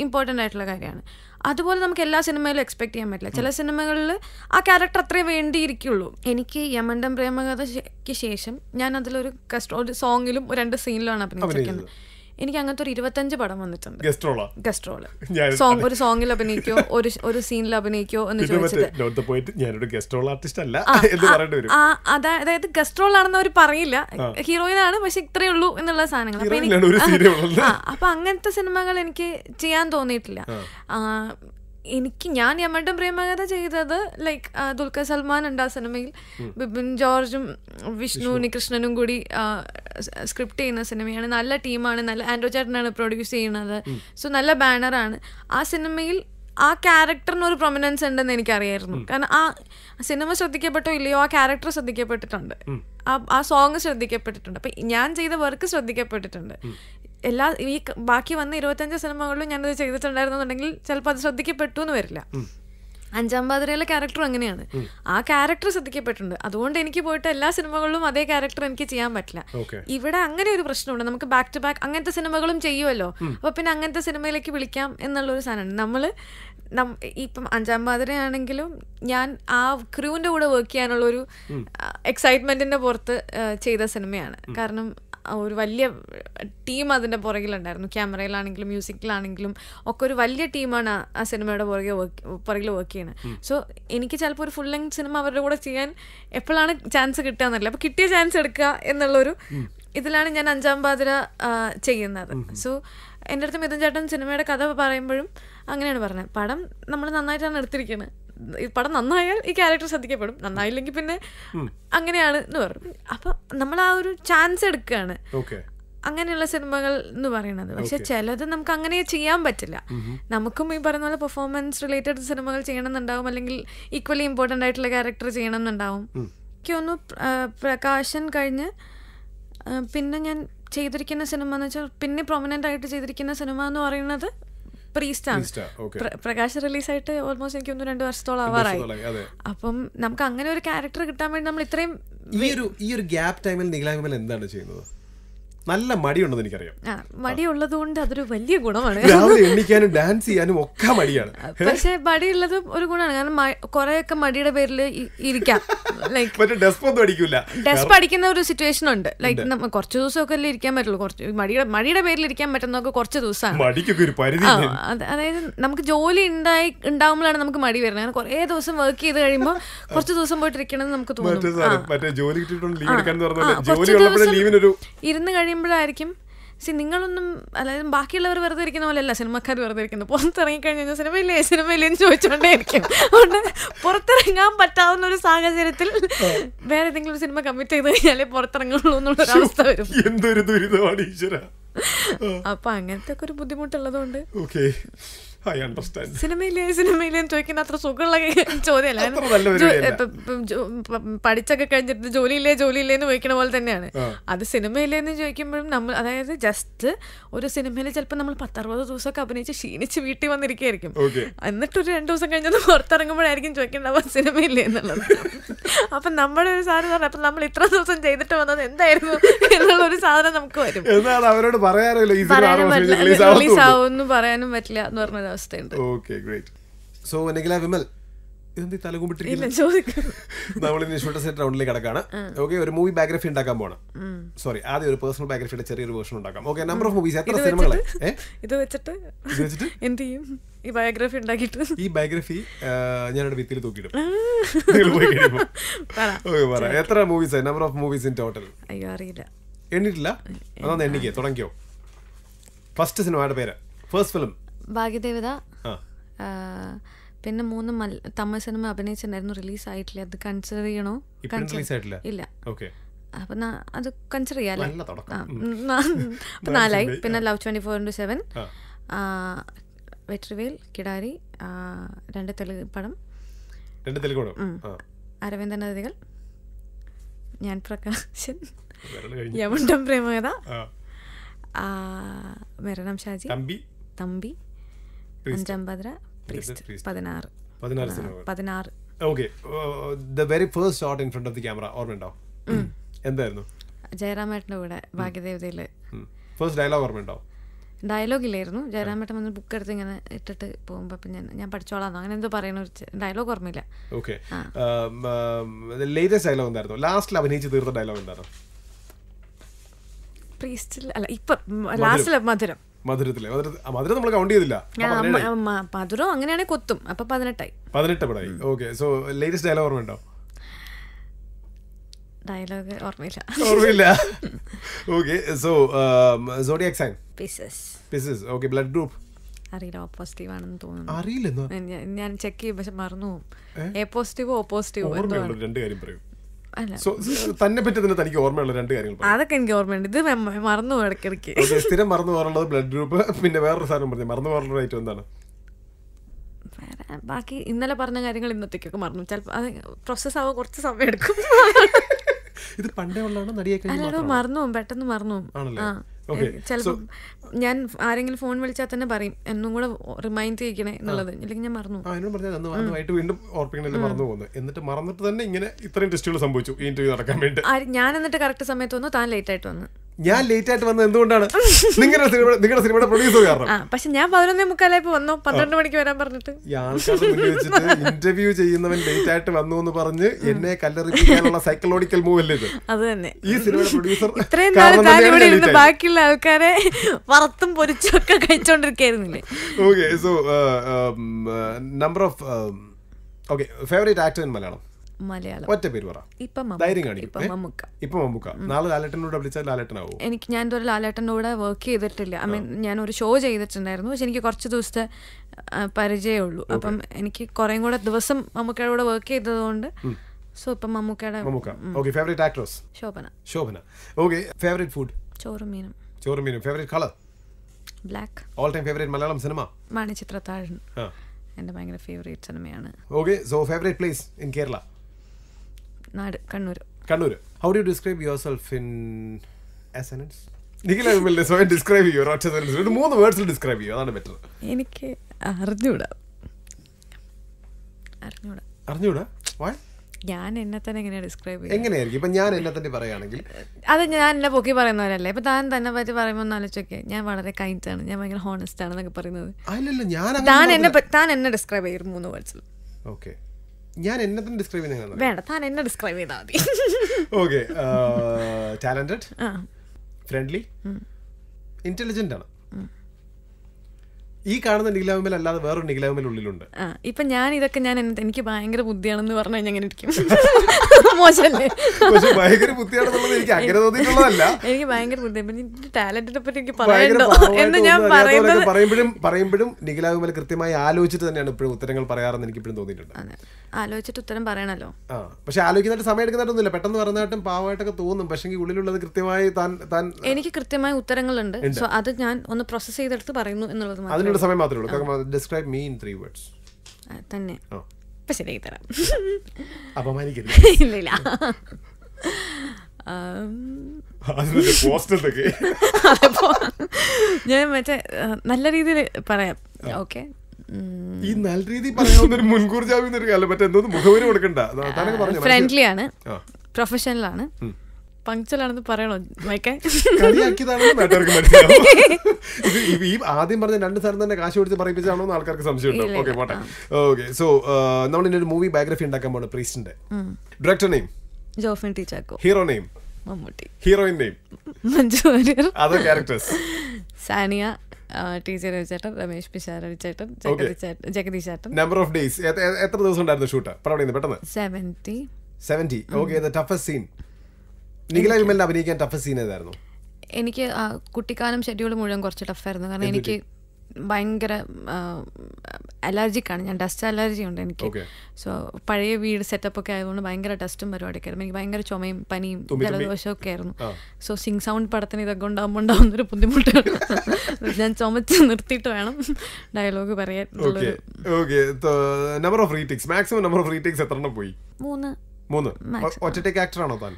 Speaker 2: ഇമ്പോർട്ടൻ്റ് ആയിട്ടുള്ള കാര്യമാണ് അതുപോലെ നമുക്ക് എല്ലാ സിനിമയിലും എക്സ്പെക്ട് ചെയ്യാൻ പറ്റില്ല ചില സിനിമകളിൽ ആ ക്യാരക്ടർ അത്രേ വേണ്ടിയിരിക്കുള്ളൂ എനിക്ക് യമണ്ടം പ്രേമകഥയ്ക്ക് ശേഷം ഞാൻ അതിലൊരു കസ്റ്റ ഒരു സോങ്ങിലും രണ്ട് സീനിലാണ് അഭിനയിച്ചിരിക്കുന്നത് എനിക്ക് അങ്ങനത്തെ ഒരു ഇരുപത്തഞ്ച് പടം വന്നിട്ടുണ്ട്
Speaker 1: ഗസ്റ്റ് റോളാ
Speaker 2: ഗസ്റ്റ് റോള്
Speaker 1: ഞാൻ-
Speaker 2: സോങ് ഒരു സോങ്ങിൽ അഭിനയിക്കോ ഒരു ഒരു സീനിൽ അഭിനയിക്കോ എന്ന്
Speaker 1: ഇത് മറ്റേ
Speaker 2: ചോദിച്ചിട്ട്
Speaker 1: നോട്ട് ദ പോയിന്റ് ഞാനൊരു ഗസ്റ്റ് റോൾ ആർട്ടിസ്റ്റ് അല്ല
Speaker 2: ആ,
Speaker 1: എന്ന്
Speaker 2: ആ,
Speaker 1: പറയേണ്ടി വരും
Speaker 2: ആ, അതാ അതായത് ഗസ്റ്റ് റോൾ ആണെന്ന് അവർ പറയില്ല ഹീറോയിനാണ് പക്ഷെ ഇത്രയേ ഉള്ളൂ എന്നുള്ള സാധനങ്ങൾ അപ്പൊ എനിക്ക്-
Speaker 1: ഹീറോയിനാണ് ഒരു സീനേ ഉള്ളത്.
Speaker 2: ആ, അപ്പൊ അങ്ങനത്തെ സിനിമകൾ എനിക്ക് ചെയ്യാൻ തോന്നിയിട്ടില്ല ആ, എനിക്ക് ഞാൻ യമട്ടും പ്രേമകഥ ചെയ്തത് ലൈക്ക് ദുൽഖർ സൽമാൻ ഉണ്ട് ആ സിനിമയിൽ ബിപിൻ ജോർജും വിഷ്ണു ഉണ്ണികൃഷ്ണനും കൂടി സ്ക്രിപ്റ്റ് ചെയ്യുന്ന സിനിമയാണ് നല്ല ടീമാണ് നല്ല ആൻഡ്രോ ചേട്ടനാണ് പ്രൊഡ്യൂസ് ചെയ്യുന്നത് സോ നല്ല ബാനറാണ് ആ സിനിമയിൽ ആ ക്യാരക്ടറിന് ഒരു പ്രൊമിനൻസ് ഉണ്ടെന്ന് എനിക്കറിയായിരുന്നു കാരണം ആ സിനിമ ശ്രദ്ധിക്കപ്പെട്ടോ ഇല്ലയോ ആ ക്യാരക്ടർ ശ്രദ്ധിക്കപ്പെട്ടിട്ടുണ്ട് ആ- ആ സോങ് ശ്രദ്ധിക്കപ്പെട്ടിട്ടുണ്ട് അപ്പം ഞാൻ ചെയ്ത വർക്ക് ശ്രദ്ധിക്കപ്പെട്ടിട്ടുണ്ട് എല്ലാ ഈ ക- ബാക്കി വന്ന ഇരുപത്തഞ്ച് സിനിമകളിലും ഞാനത് ചെയ്തിട്ടുണ്ടായിരുന്നുണ്ടെങ്കിൽ ചിലപ്പോൾ അത് ശ്രദ്ധിക്കപ്പെട്ടു എന്ന് വരില്ല അഞ്ചാം പാതിരയിലെ ക്യാരക്ടറും അങ്ങനെയാണ് ആ ക്യാരക്ടർ ശ്രദ്ധിക്കപ്പെട്ടിട്ടുണ്ട് അതുകൊണ്ട് എനിക്ക് പോയിട്ട് എല്ലാ സിനിമകളിലും അതേ ക്യാരക്ടർ എനിക്ക് ചെയ്യാൻ പറ്റില്ല
Speaker 1: ഓക്കെ
Speaker 2: ഇവിടെ അങ്ങനെ ഒരു പ്രശ്നമുണ്ട് നമുക്ക് ബാക്ക് ടു ബാക്ക് അങ്ങനത്തെ സിനിമകളും ചെയ്യുമല്ലോ അപ്പൊ പിന്നെ അങ്ങനത്തെ സിനിമയിലേക്ക് വിളിക്കാം എന്നുള്ളൊരു സാധനമാണ് നമ്മള് നം- ഇപ്പം അഞ്ചാം പാതിരയാണെങ്കിലും ഞാൻ ആ ക്രൂവിന്റെ കൂടെ വർക്ക് ചെയ്യാനുള്ള ഒരു എക്സൈറ്റ്മെന്റിന്റെ പുറത്ത് ആ, ചെയ്ത സിനിമയാണ് കാരണം ആ ഒരു വലിയ ടീം അതിന്റെ പുറകിലുണ്ടായിരുന്നു ക്യാമറയിലാണെങ്കിലും മ്യൂസിക്കിലാണെങ്കിലും ഒക്കെ ഒരു വലിയ ടീമാണ് ആ- ആ സിനിമയുടെ പുറകെ വർക്ക് പുറകിൽ വർക്ക് ചെയ്യുന്നത് സോ എനിക്ക് ചിലപ്പോൾ ഒരു ഫുൾ ലെങ്ത് സിനിമ അവരുടെ കൂടെ ചെയ്യാൻ എപ്പോഴാണ് ചാൻസ് കിട്ടുക എന്നറിയില്ല അപ്പോൾ കിട്ടിയ ചാൻസ് എടുക്കുക എന്നുള്ളൊരു ഇതിലാണ് ഞാൻ അഞ്ചാം പാതിര ആ, ചെയ്യുന്നത് സോ എൻ്റെ അടുത്ത് മിഥുൻ ചേട്ടൻ സിനിമയുടെ കഥ പറയുമ്പോഴും അങ്ങനെയാണ് പറഞ്ഞത് പടം നമ്മൾ നന്നായിട്ടാണ് എടുത്തിരിക്കുന്നത് ഈ പടം നന്നായാൽ ഈ ക്യാരക്ടർ ശ്രദ്ധിക്കപ്പെടും നന്നായില്ലെങ്കിൽ പിന്നെ അങ്ങനെയാണ് എന്ന് പറഞ്ഞു അപ്പം നമ്മൾ ആ ഒരു ചാൻസ് എടുക്കുകയാണ്
Speaker 1: ഓക്കെ
Speaker 2: അങ്ങനെയുള്ള സിനിമകൾ എന്ന് പറയുന്നത് പക്ഷെ ചിലത് നമുക്ക് അങ്ങനെ ചെയ്യാൻ പറ്റില്ല നമുക്കും ഈ പറയുന്ന പോലെ പെർഫോമൻസ് റിലേറ്റഡ് സിനിമകൾ ചെയ്യണമെന്നുണ്ടാവും അല്ലെങ്കിൽ ഈക്വലി ഇമ്പോർട്ടൻ്റ് ആയിട്ടുള്ള ക്യാരക്ടർ ചെയ്യണമെന്നുണ്ടാവും എനിക്ക് തോന്നുന്നു പ്ര- ആ, പ്രകാശൻ കഴിഞ്ഞ് ആ, പിന്നെ ഞാൻ ചെയ്തിരിക്കുന്ന സിനിമ എന്ന് വെച്ചാൽ പിന്നെ പ്രൊമിനൻ്റ് ആയിട്ട് ചെയ്തിരിക്കുന്ന സിനിമ എന്ന് പറയുന്നത് പ്രീസ്റ്റാണ്
Speaker 1: Priest ആ, okay.
Speaker 2: പ്രകാശ് റിലീസായിട്ട് ഓൾമോസ്റ്റ് എനിക്ക് തോന്നുന്നു രണ്ട് വർഷത്തോളം ആവാറായി
Speaker 1: അതെ
Speaker 2: അപ്പം നമുക്ക് അങ്ങനെ ഒരു ക്യാരക്ടർ കിട്ടാൻ വേണ്ടി നമ്മൾ ഇത്രയും
Speaker 1: ഈ ഒരു ഈ ഒരു ഗ്യാപ്പ് ടൈമിൽ നിഖിലാമിൽ എന്താണ് ചെയ്യുന്നത് നല്ല മടിയുണ്ടെന്ന് എനിക്കറിയാം
Speaker 2: ആ, മടിയുള്ളതുകൊണ്ട് അതൊരു വലിയ ഗുണമാണ്
Speaker 1: രാവിലെ എണ്ണിക്കാനും ഡാൻസ് ചെയ്യാനും ഒക്കെ മടിയാണ്
Speaker 2: പക്ഷെ മടിയുള്ളതും ഒരു ഗുണമാണ് കാരണം കുറെ ഒക്കെ മടിയുടെ പേരിൽ ഇരിക്കാം ലൈക്ക്
Speaker 1: മറ്റേ ഡെസ്ക് ഒന്നും അടിക്കൂല
Speaker 2: ഡെസ്ക് അടിക്കുന്ന ഒരു സിറ്റുവേഷൻ ഉണ്ട് ലൈക്ക് നമ്മ കുറച്ച് ദിവസമൊക്കെ അല്ലേ ഇരിക്കാൻ പറ്റുള്ളൂ കുറച്ച് മടിയുടെ മടിയുടെ പേരിൽ ഇരിക്കാൻ പറ്റുന്നതൊക്കെ കുറച്ച് ദിവസമാണ്
Speaker 1: മടിക്കൊക്കെ ഒരു പരിധി
Speaker 2: ആ,
Speaker 1: ഇല്ലേ?
Speaker 2: അത് അതായത് നമുക്ക് ജോലി ഉണ്ടായി ഉണ്ടാവുമ്പോഴാണ് നമുക്ക് മടി വരുന്നത് അങ്ങനെ കുറേ ദിവസം വർക്ക് ചെയ്ത് കഴിയുമ്പോൾ കുറച്ച് ദിവസം പോയിട്ടിരിക്കണമെന്ന് നമുക്ക്
Speaker 1: മറ്റേ
Speaker 2: തോന്നും ആ,
Speaker 1: സാധനം മറ്റേ ജോലി കിട്ടിയിട്ടുണ്ട് ലീവ് എടുക്കാന്ന്
Speaker 2: ആ,
Speaker 1: പറഞ്ഞ ജോലി
Speaker 2: കുറച്ച്
Speaker 1: ഉള്ളപ്പോഴേ
Speaker 2: ദിവസം
Speaker 1: ലീവിനൊരു
Speaker 2: ഇരുന്ന് കഴിയുമ്പോഴായിരിക്കും സി നിങ്ങളൊന്നും അതായത് ബാക്കിയുള്ളവർ വെറുതെ ഇരിക്കുന്ന പോലെയല്ല സിനിമക്കാർ വെറുതെ ഇരിക്കുന്നത് പുറത്തിറങ്ങി കഴിഞ്ഞാൽ സിനിമയില്ലേ സിനിമയില്ലേ എന്ന് ചോദിച്ചുകൊണ്ടേ ഇരിക്കും അതുകൊണ്ട് പുറത്തിറങ്ങാൻ പറ്റാവുന്ന ഒരു സാഹചര്യത്തിൽ വേറെ ഏതെങ്കിലും ഒരു സിനിമ കമ്മിറ്റ് ചെയ്ത് കഴിഞ്ഞാലേ പുറത്തിറങ്ങുള്ളൂ എന്നുള്ളൊരു അവസ്ഥ വരും
Speaker 1: എന്തൊരു ദുരിതമാണ് ഈശ്വര
Speaker 2: അപ്പൊ അങ്ങനത്തെ ഒക്കെ ഒരു ബുദ്ധിമുട്ടുള്ളതുകൊണ്ട്
Speaker 1: ഓക്കെ ഐ അണ്ടർസ്റ്റാൻഡ്
Speaker 2: സിനിമയിലെ സിനിമയിലെ എന്ന് ചോദിക്കുന്ന അത്ര സുഖമുള്ള ചോദ്യമല്ല
Speaker 1: അത്ര നല്ല
Speaker 2: ജോ-
Speaker 1: പരിപാടിയല്ല.
Speaker 2: ഇപ്പൊ- ഇപ്പം ജോ- പ- പഠിച്ചൊക്കെ കഴിഞ്ഞിട്ട് ജോലിയില്ലേ ജോലിയില്ലേ എന്ന് ചോദിക്കണ പോലെ തന്നെയാണ്
Speaker 1: ആ.
Speaker 2: അത് സിനിമയില്ലേ എന്ന് ചോദിക്കുമ്പോഴും നമ്മൾ അതായത് ജസ്റ്റ് ഒരു സിനിമയിൽ ചിലപ്പോൾ നമ്മൾ പത്തറുപത് ദിവസമൊക്കെ അഭിനയിച്ച് ക്ഷീണിച്ച് വീട്ടിൽ വന്നിരിക്കുകയായിരിക്കും
Speaker 1: ഓക്കെ
Speaker 2: എന്നിട്ടൊരു രണ്ട് ദിവസം കഴിഞ്ഞത് പുറത്തിറങ്ങുമ്പോഴായിരിക്കും ചോദിക്കേണ്ടാവുക സിനിമയില്ലേ എന്നുള്ളത് അപ്പം നമ്മുടെ ഒരു സാധനം പറഞ്ഞു അപ്പം നമ്മൾ ഇത്ര ദിവസം ചെയ്തിട്ട് വന്നത് എന്തായിരുന്നു എന്നുള്ള ഒരു സാധനം നമുക്ക് വരും
Speaker 1: എന്നാൽ അവരോട് പറയാറില്ല ഈ സിനിമ ആറ്
Speaker 2: പറയാനും
Speaker 1: മാസം
Speaker 2: പറ്റില്ല
Speaker 1: റിലീസ്
Speaker 2: റിലീസ്
Speaker 1: ആവുന്നു
Speaker 2: ആവുമെന്ന് പറയാനും പറ്റില്ല എന്ന് പറഞ്ഞൊരു അവസ്ഥയുണ്ട്
Speaker 1: okay great so Nikhila Vimal ഇതെന്ത് തലകുമ്പിട്ടിരിക്കില്ല
Speaker 2: ഇല്ല ചോദിക്കും
Speaker 1: നമ്മളിനി ഷൂട്ടർ സെറ്റ് റൗണ്ടിലേക്ക് കടക്കാണ് ഓക്കെ ഒരു മൂവി ബയോഗ്രഫി ഉണ്ടാക്കാൻ പോണം സോറി ആദ്യം ഒരു പേഴ്സണൽ ബയോഗ്രഫിയുടെ ചെറിയൊരു വേർഷൻ ഉണ്ടാക്കാം ഓക്കെ നമ്പർ ഓഫ് മൂവീസ് എത്ര
Speaker 2: ഇത്
Speaker 1: സിനിമകളെ
Speaker 2: വെച്ചിട്ട് ഇത് വെച്ചിട്ട്
Speaker 1: വെച്ചിട്ട്
Speaker 2: എന്ത് ചെയ്യും ഈ ബയോഗ്രഫി ഉണ്ടാക്കിയിട്ട്
Speaker 1: ഈ ബയോഗ്രഫി ഞാനൊരു ഭിത്തിയിൽ തൂക്കിയിടും നിങ്ങൾ പോയി കഴിയുമ്പോൾ
Speaker 2: പറ
Speaker 1: ഓക്കെ പറ എത്ര movies number of movies in total
Speaker 2: അയ്യോ അറിയില്ല
Speaker 1: എണ്ണിട്ടില്ല അതാണ് എണ്ണിക്കേ തുടങ്ങിയോ ഫസ്റ്റ് സിനിമയുടെ പേര് ഫസ്റ്റ് ഫിലിം
Speaker 2: ഭാഗ്യദേവത
Speaker 1: ആ
Speaker 2: ആ, പിന്നെ മൂന്ന് മല തമിഴ് സിനിമ അഭിനയിച്ചിട്ടുണ്ടായിരുന്നു റിലീസ് ആയിട്ടില്ല അത് കൺസിഡർ ചെയ്യണോ
Speaker 1: ഇപ്പോഴും
Speaker 2: Consider-
Speaker 1: release ആയിട്ടില്ല?
Speaker 2: ഇല്ല
Speaker 1: ഓക്കെ
Speaker 2: അപ്പൊ നാ- അത് കൺസിഡർ ചെയ്യാല്ലേ
Speaker 1: നല്ല തുടക്കം.
Speaker 2: ആ, നാ- അപ്പൊ നാലായി പിന്നെ love twenty four into seven
Speaker 1: ആ.
Speaker 2: വെട്രിവേൽ കിടാരി ആ, രണ്ട് തെലുങ്ക് പടം
Speaker 1: രണ്ട് തെലുങ്കോടും ആ
Speaker 2: അരവിന്ദൻ അതിഥികൾ ഞാൻ പ്രകാശൻ
Speaker 1: വിരല് കഴിഞ്ഞു
Speaker 2: യമുണ്ടം പ്രേമകഥ
Speaker 1: ആ
Speaker 2: ആ, മരണം ഷാജി
Speaker 1: തമ്പി
Speaker 2: തമ്പി അഞ്ചാം പതിര പ്രീസ്റ്റ്
Speaker 1: priest.
Speaker 2: പതിനാറ്
Speaker 1: പതിനാല് സിനിമകൾ
Speaker 2: പതിനാറ്
Speaker 1: okay the very first shot in front of the camera ഓർമ്മയുണ്ടോ എന്തായിരുന്നു
Speaker 2: ജയറാമേട്ടൻ്റെ കൂടെ ഭാഗ്യദേവതയിൽ
Speaker 1: ഫസ്റ്റ് ഡയലോഗ് ഓർമ്മയുണ്ടോ
Speaker 2: ഡയലോഗ് ഇല്ലായിരുന്നു ജയറാമേട്ടൻ വന്ന് ബുക്ക് എടുത്ത് ഇങ്ങനെ ഇട്ടിട്ട് പോകുമ്പോൾ അപ്പം ഞാൻ ഞാൻ പഠിച്ചോളാം അങ്ങനെ എന്തോ പറയണ ഡയലോഗ് ഓർമ്മയില്ല
Speaker 1: ഓക്കെ ലേറ്റസ്റ്റ് ഡയലോഗ് എന്തായിരുന്നു ലാസ്റ്റിൽ അഭിനയിച്ച് തീർത്ത ഡയലോഗ് എന്തായിരുന്നു
Speaker 2: പ്രീസ്റ്റിൽ അല്ല ഇപ്പൊ ലാസ്റ്റിലെ മധുരം
Speaker 1: മധുരത്തിലെ മധുര മധുരം നമ്മൾ കൗണ്ട് ചെയ്തില്ല
Speaker 2: ഞാൻ അമ്മ- അമ്മ- മധുരം അങ്ങനെയാണെങ്കിൽ കൊത്തും അപ്പൊ പതിനെട്ടായി
Speaker 1: പതിനെട്ട് പടായി ഓക്കെ സോ ലേറ്റസ്റ്റ് ഡയലോഗ് ഓർമ്മയുണ്ടോ
Speaker 2: ഡയലോഗ് ഓർമ്മയില്ല
Speaker 1: ഓർമ്മയില്ല okay so zodiac sign
Speaker 2: pieces
Speaker 1: Pisces okay blood group
Speaker 2: അറിയില്ല ഓ പോസിറ്റീവ് ആണെന്ന് തോന്നുന്നു
Speaker 1: അറിയില്ലെന്നോ
Speaker 2: ഞാൻ- ഞാൻ ചെക്ക് ചെയ്യും പക്ഷെ മറന്നു പോകും എ പോസിറ്റീവോ ഓ പോസിറ്റീവോ എന്തോ ആണ്
Speaker 1: ഓർമ്മയുള്ള രണ്ട് കാര്യം പറയൂ
Speaker 2: അല്ല
Speaker 1: സോ തന്നെ പറ്റി തന്നെ തനിക്ക് ഓർമ്മയുള്ള രണ്ട് കാര്യങ്ങൾ പറയൂ.
Speaker 2: അതൊക്കെ എനിക്ക് ഓർമ്മയുണ്ട് ഇത് മെ- മറന്നു പോകും ഇടയ്ക്കിടയ്ക്ക്
Speaker 1: Okay, സ്ഥിരം മറന്നു പോകാറുള്ളത് ബ്ലഡ് ഗ്രൂപ്പ് പിന്നെ വേറൊരു സാധനം പറഞ്ഞു മറന്നു പോകാറുള്ള ഐറ്റം എന്താണ്
Speaker 2: വേറെ ബാക്കി ഇന്നലെ പറഞ്ഞ കാര്യങ്ങൾ ഇന്നത്തേക്കൊക്കെ മറന്നു ചിലപ്പോൾ അത് പ്രോസസ്സ് ആവാൻ കുറച്ച് സമയം എടുക്കും
Speaker 1: ഇത് പണ്ടേ ഉള്ളതാണ് നടിയെ കഴിഞ്ഞു
Speaker 2: അല്ലാതെ മറന്നു പോകും പെട്ടെന്ന് മറന്നു പോകും
Speaker 1: ആണല്ലേ?
Speaker 2: ആ
Speaker 1: Okay,
Speaker 2: ചിലപ്പോൾ ഞാൻ ആരെങ്കിലും ഫോൺ വിളിച്ചാൽ തന്നെ പറയും എന്നും കൂടെ റിമൈൻഡ് ചെയ്യിക്കണേ എന്നുള്ളത് ഇല്ലെങ്കിൽ ഞാൻ മറന്നു പോകും.
Speaker 1: ആ എന്നോട് പറഞ്ഞാൽ അന്ന് അന്ന് വൈകിട്ട് വീണ്ടും ഓർപ്പിക്കണല്ലേ മറന്നു പോകുന്നത് എന്നിട്ട് മറന്നിട്ട് തന്നെ ഇങ്ങനെ ഇത്രയും ടെസ്റ്റുകൾ സംഭവിച്ചു ഈ ഇന്റർവ്യൂ നടക്കാൻ വേണ്ടി
Speaker 2: ആര്- ഞാൻ എന്നിട്ട് കറക്റ്റ് സമയത്ത് വന്നു താൻ ലേറ്റ് ആയിട്ട് വന്നു
Speaker 1: ഞാൻ ലേറ്റ് ആയിട്ട് വന്നത് എന്തുകൊണ്ടാണ് നിങ്ങളുടെ സിനിമ നിങ്ങളുടെ സിനിമയുടെ പ്രൊഡ്യൂസർ കാരണം
Speaker 2: ആ പക്ഷെ ഞാൻ പതിനൊന്നേ മുക്കാലായപ്പോ വന്നു പന്ത്രണ്ട് മണിക്ക് വരാൻ പറഞ്ഞിട്ട്
Speaker 1: ഈ ആൾക്കാരുടെ മുന്നിൽ വെച്ചിട്ട് ഇന്റർവ്യൂ ചെയ്യുന്നവൻ ലേറ്റ് ആയിട്ട് വന്നു എന്ന് പറഞ്ഞ് എന്നെ കല്ലെറിയിക്കാനുള്ള സൈക്കോളജിക്കൽ മൂവ് അല്ലേ ഇത്
Speaker 2: അത് തന്നെ
Speaker 1: ഈ സിനിമയുടെ പ്രൊഡ്യൂസർ
Speaker 2: ഇത്രയും നാളെ താൻ ഇവിടെ ഇരുന്ന് ബാക്കിയുള്ള ആൾക്കാരെ വറുത്തും പൊരിച്ചൊക്കെ കഴിച്ചോണ്ടിരിക്കായിരുന്നില്ലേ
Speaker 1: okay so um, uh, number of okay favourite actor in Malayalam
Speaker 2: Malayalam
Speaker 1: ഒറ്റ പേര് പറ
Speaker 2: ഇപ്പൊ
Speaker 1: ധൈര്യം കാണിക്കും,
Speaker 2: ഇപ്പൊ
Speaker 1: ഏ?
Speaker 2: മമ്മൂക്ക
Speaker 1: ഇപ്പൊ മമ്മൂക്ക നാളെ ലാലേട്ടനോട് വിളിച്ചാൽ ലാലേട്ടനാവോ
Speaker 2: എനിക്ക് ഞാൻ ഇതുവരെ ലാലേട്ടൻ്റെ കൂടെ വർക്ക് ചെയ്തിട്ടില്ല ഐ മീൻ ഞാൻ ഒരു ഷോ ചെയ്തിട്ടുണ്ടായിരുന്നു പക്ഷെ എനിക്ക് കുറച്ച് ദിവസത്തെ ആ, പരിചയമേ ഉള്ളൂ അപ്പം എനിക്ക് കുറേം കൂടെ ദിവസം മമ്മൂക്കയുടെ കൂടെ വർക്ക് ചെയ്തതുകൊണ്ട് സോ ഇപ്പം മമ്മൂക്കയുടെ
Speaker 1: Mammukka okay favourite actress
Speaker 2: Shobana
Speaker 1: Shobana okay favourite food
Speaker 2: ചോറും മീനും
Speaker 1: ചോറും മീനും favourite colour
Speaker 2: black
Speaker 1: all time favourite Malayalam cinema
Speaker 2: മണിച്ചിത്രത്താഴൻ എൻ്റെ ഭയങ്കര ഫേവറേറ്റ് സിനിമയാണ്
Speaker 1: okay so favourite place in Kerala
Speaker 2: നാട് Kannur
Speaker 1: Kannur how do describe yourself in essence നിഖിലെ സ്വയം ഡിസ്ക്രൈബ് ചെയ്യൂ ഒറ്റ സെൻസ് ഒരു മൂന്ന് വേർഡ്സിൽ ഡിസ്ക്രൈബ് ചെയ്യൂ അതാണ് ബെറ്റർ
Speaker 2: എനിക്ക് അറിഞ്ഞൂടാ അറിഞ്ഞൂടാ
Speaker 1: അറിഞ്ഞൂടാ വായ്
Speaker 2: ഞാൻ എന്നെ തന്നെ എങ്ങനെയാ ഡിസ്ക്രൈബ് ചെയ്യുക
Speaker 1: എങ്ങനെയായിരിക്കും ഇപ്പൊ ഞാൻ എന്നെ തന്നെ പറയുകയാണെങ്കിൽ
Speaker 2: അത് ഞാൻ എന്നെ പൊക്കി പറയുന്നവരല്ലേ ഇപ്പൊ താൻ തന്നെ പറ്റി പറയുമ്പോൾ ഒന്ന് ആലോചിച്ചൊക്കെ ഞാൻ വളരെ കൈൻഡ് ആണ് ഞാൻ ഭയങ്കര ഹോണസ്റ്റ് ആണെന്നൊക്കെ പറയുന്നത്
Speaker 1: അല്ലല്ല ഞാൻ
Speaker 2: താൻ എന്നെ പ- താൻ എന്നെ ഡിസ്ക്രൈബ് ചെയ്യും മൂന്ന് വേർഡ്സിൽ
Speaker 1: ഓക്കെ ഞാൻ എന്നെ തന്നെ ഡിസ്ക്രൈബ് ചെയ്യുന്ന
Speaker 2: വേണ്ട താൻ എന്നെ ഡിസ്ക്രൈബ് ചെയ്താൽ മതി
Speaker 1: ഓക്കെ uh, ടാലന്റഡ്
Speaker 2: ആ
Speaker 1: ഫ്രണ്ട്ലി ഇന്റലിജന്റ് ആണ് ഈ കാണുന്ന നിഖിലാവുമ്പോൾ അല്ലാതെ വേറൊരു നിഖിലാവുമ്പോൾ ഉള്ളിലുണ്ട്
Speaker 2: ആ ഇപ്പൊ ഞാൻ ഇതൊക്കെ ഞാൻ എന്നെ എനിക്ക് ഭയങ്കര ബുദ്ധിയാണെന്ന് പറഞ്ഞാൽ ഞാൻ എങ്ങനെ ഇരിക്കും മോശമല്ലേ
Speaker 1: പക്ഷെ ഭയങ്കര ബുദ്ധിയാണെന്നുള്ളത് എനിക്ക് അങ്ങനെ തോന്നിയിട്ടുള്ളതല്ല
Speaker 2: എനിക്ക് ഭയങ്കര ബുദ്ധി പിന്നെ ടാലന്റിനെ പറ്റി എനിക്ക്
Speaker 1: ഭയങ്കര
Speaker 2: പറയണ്ടോ
Speaker 1: പാവമായിട്ട്
Speaker 2: എന്ന് ഞാൻ
Speaker 1: തോന്നുന്ന
Speaker 2: പറയുന്നത്
Speaker 1: അറിയാത്തവരൊക്കെ പറയുമ്പോഴും പറയുമ്പോഴും നിഖിലാവുമ്പോൾ കൃത്യമായി ആലോചിച്ചിട്ട് തന്നെയാണ് ഇപ്പോഴും ഉത്തരങ്ങൾ പറയാറെന്ന് എനിക്ക് ഇപ്പോഴും തോന്നിയിട്ടുണ്ട്
Speaker 2: അതെ. ആലോചിച്ചിട്ട് ഉത്തരം പറയണല്ലോ
Speaker 1: ആ പക്ഷെ ആലോചിക്കുന്നതായിട്ട് സമയം എടുക്കുന്നതായിട്ടൊന്നുമില്ല പെട്ടെന്ന് പറഞ്ഞതായിട്ടും പാവമായിട്ടൊക്കെ തോന്നും പക്ഷെ ഉള്ളിലുള്ളത് കൃത്യമായി താൻ താൻ
Speaker 2: എനിക്ക് കൃത്യമായ ഉത്തരങ്ങളുണ്ട് സോ അത് ഞാൻ ഒന്ന് പ്രോസസ്സ് ചെയ്തെടുത്ത് പറയുന്നു എന്നുള്ളത് മാത്രം
Speaker 1: അതിനുള്ള സമയം മാത്രമേ ഉള്ളൂ describe me in three words
Speaker 2: ആ, തന്നെ
Speaker 1: ആ
Speaker 2: ഇപ്പൊ ശരിയായി തരാം
Speaker 1: അപമാനിക്കരുത്
Speaker 2: ഇല്ല ഇല്ല ആം,
Speaker 1: അതിന്റെ പോസ്റ്റത്തൊക്കെ
Speaker 2: അതപ്പോ ഞാൻ മറ്റേ ആ, നല്ല രീതിയിൽ പറയാം ഓക്കെ
Speaker 1: ഈ നല്ല രീതിയിൽ പറയാവുന്ന ഒരു മുൻകൂർ ജാമ്യം തരിക അല്ല മറ്റേ എന്തോന്ന് മുഖവരി കൊടുക്കണ്ട അതാ, താനൊക്കെ പറഞ്ഞു
Speaker 2: ഫ്രണ്ട്ലി ആണ്
Speaker 1: ആ.
Speaker 2: പ്രൊഫഷണലാണ് പങ്ക്ച്വലാണെന്ന് പറയണോ മൈക്കെ
Speaker 1: കളിയാക്കിയതാണെന്ന് നാട്ടുകാർക്ക് മനസ്സിലാവും ഇത് ഈ- ഈ ആദ്യം പറഞ്ഞ രണ്ട് സ്ഥലം തന്നെ കാശ് കൊടുത്ത് പറയിപ്പിച്ചാണോ എന്ന് ആൾക്കാർക്ക് സംശയം
Speaker 2: ഇല്ല,
Speaker 1: ഉണ്ടാവും
Speaker 2: ഇല്ല.
Speaker 1: ഓക്കെ പോട്ടെ ഓക്കെ സോ നമ്മൾ ഇനി ഒരു മൂവി ബയോഗ്രഫി ഉണ്ടാക്കാൻ പോണ് പ്രീസ്റ്റിന്റെ director name
Speaker 2: Jofin T Chacko
Speaker 1: hero name
Speaker 2: Mammootty
Speaker 1: heroine name
Speaker 2: Manju Warrier
Speaker 1: അതോ ക്യാരക്ടേഴ്സ്
Speaker 2: സാനിയ ടീച്ചർ ചേട്ടൻ രമേശ് പിഷാരവി ചേട്ടൻ ജഗതി ചേട്ടൻ ജഗതി ചേട്ടൻ
Speaker 1: നമ്പർ ഓഫ് ഡേയ്സ് എത്ര ദിവസം ഉണ്ടായിരുന്നു ഷൂട്ട് പറഞ്ഞു പെട്ടെന്ന്
Speaker 2: seventy
Speaker 1: seventy okay the toughest scene Nikhila വിമലിന്റെ അഭിനയിക്കാൻ ടഫസ്റ്റ് സീൻ ഏതായിരുന്നു
Speaker 2: എനിക്ക് ആ കുട്ടിക്കാലം ഷെഡ്യൂൾ മുഴുവൻ കുറച്ച് ടഫായിരുന്നു കാരണം എനിക്ക് ഭയങ്കര അലർജിക് ആണ് ഞാൻ ഡസ്റ്റ് അലർജി ഉണ്ട് എനിക്ക്
Speaker 1: Okay.
Speaker 2: സോ പഴയ വീട് സെറ്റപ്പ് ഒക്കെ ആയതുകൊണ്ട് ഭയങ്കര ഡസ്റ്റും പരിപാടിയൊക്കെ ആയിരുന്നു എനിക്ക് ഭയങ്കര ചുമയും പനിയും
Speaker 1: തുമ്മി തുമ്മി.
Speaker 2: ജലദോഷവും ഒക്കെ ആയിരുന്നു
Speaker 1: ആ.
Speaker 2: സോ സിങ് സൗണ്ട് പടത്തിന് ഇതൊക്കെ ഉണ്ടാകുമ്പോൾ ഉണ്ടാവുന്നൊരു ബുദ്ധിമുട്ടാണ് ഞാൻ ചുമച്ച് നിർത്തിയിട്ട് വേണം ഡയലോഗ് പറയാൻ
Speaker 1: ഓക്കെ
Speaker 2: എന്നുള്ളൊരു
Speaker 1: okay number of retakes maximum number of retakes എത്ര എണ്ണം പോയി
Speaker 2: മൂന്ന്
Speaker 1: മൂന്ന്
Speaker 2: Maximum.
Speaker 1: ഒറ്ററ്റേക്ക് ആക്ടർ ആണോ താൻ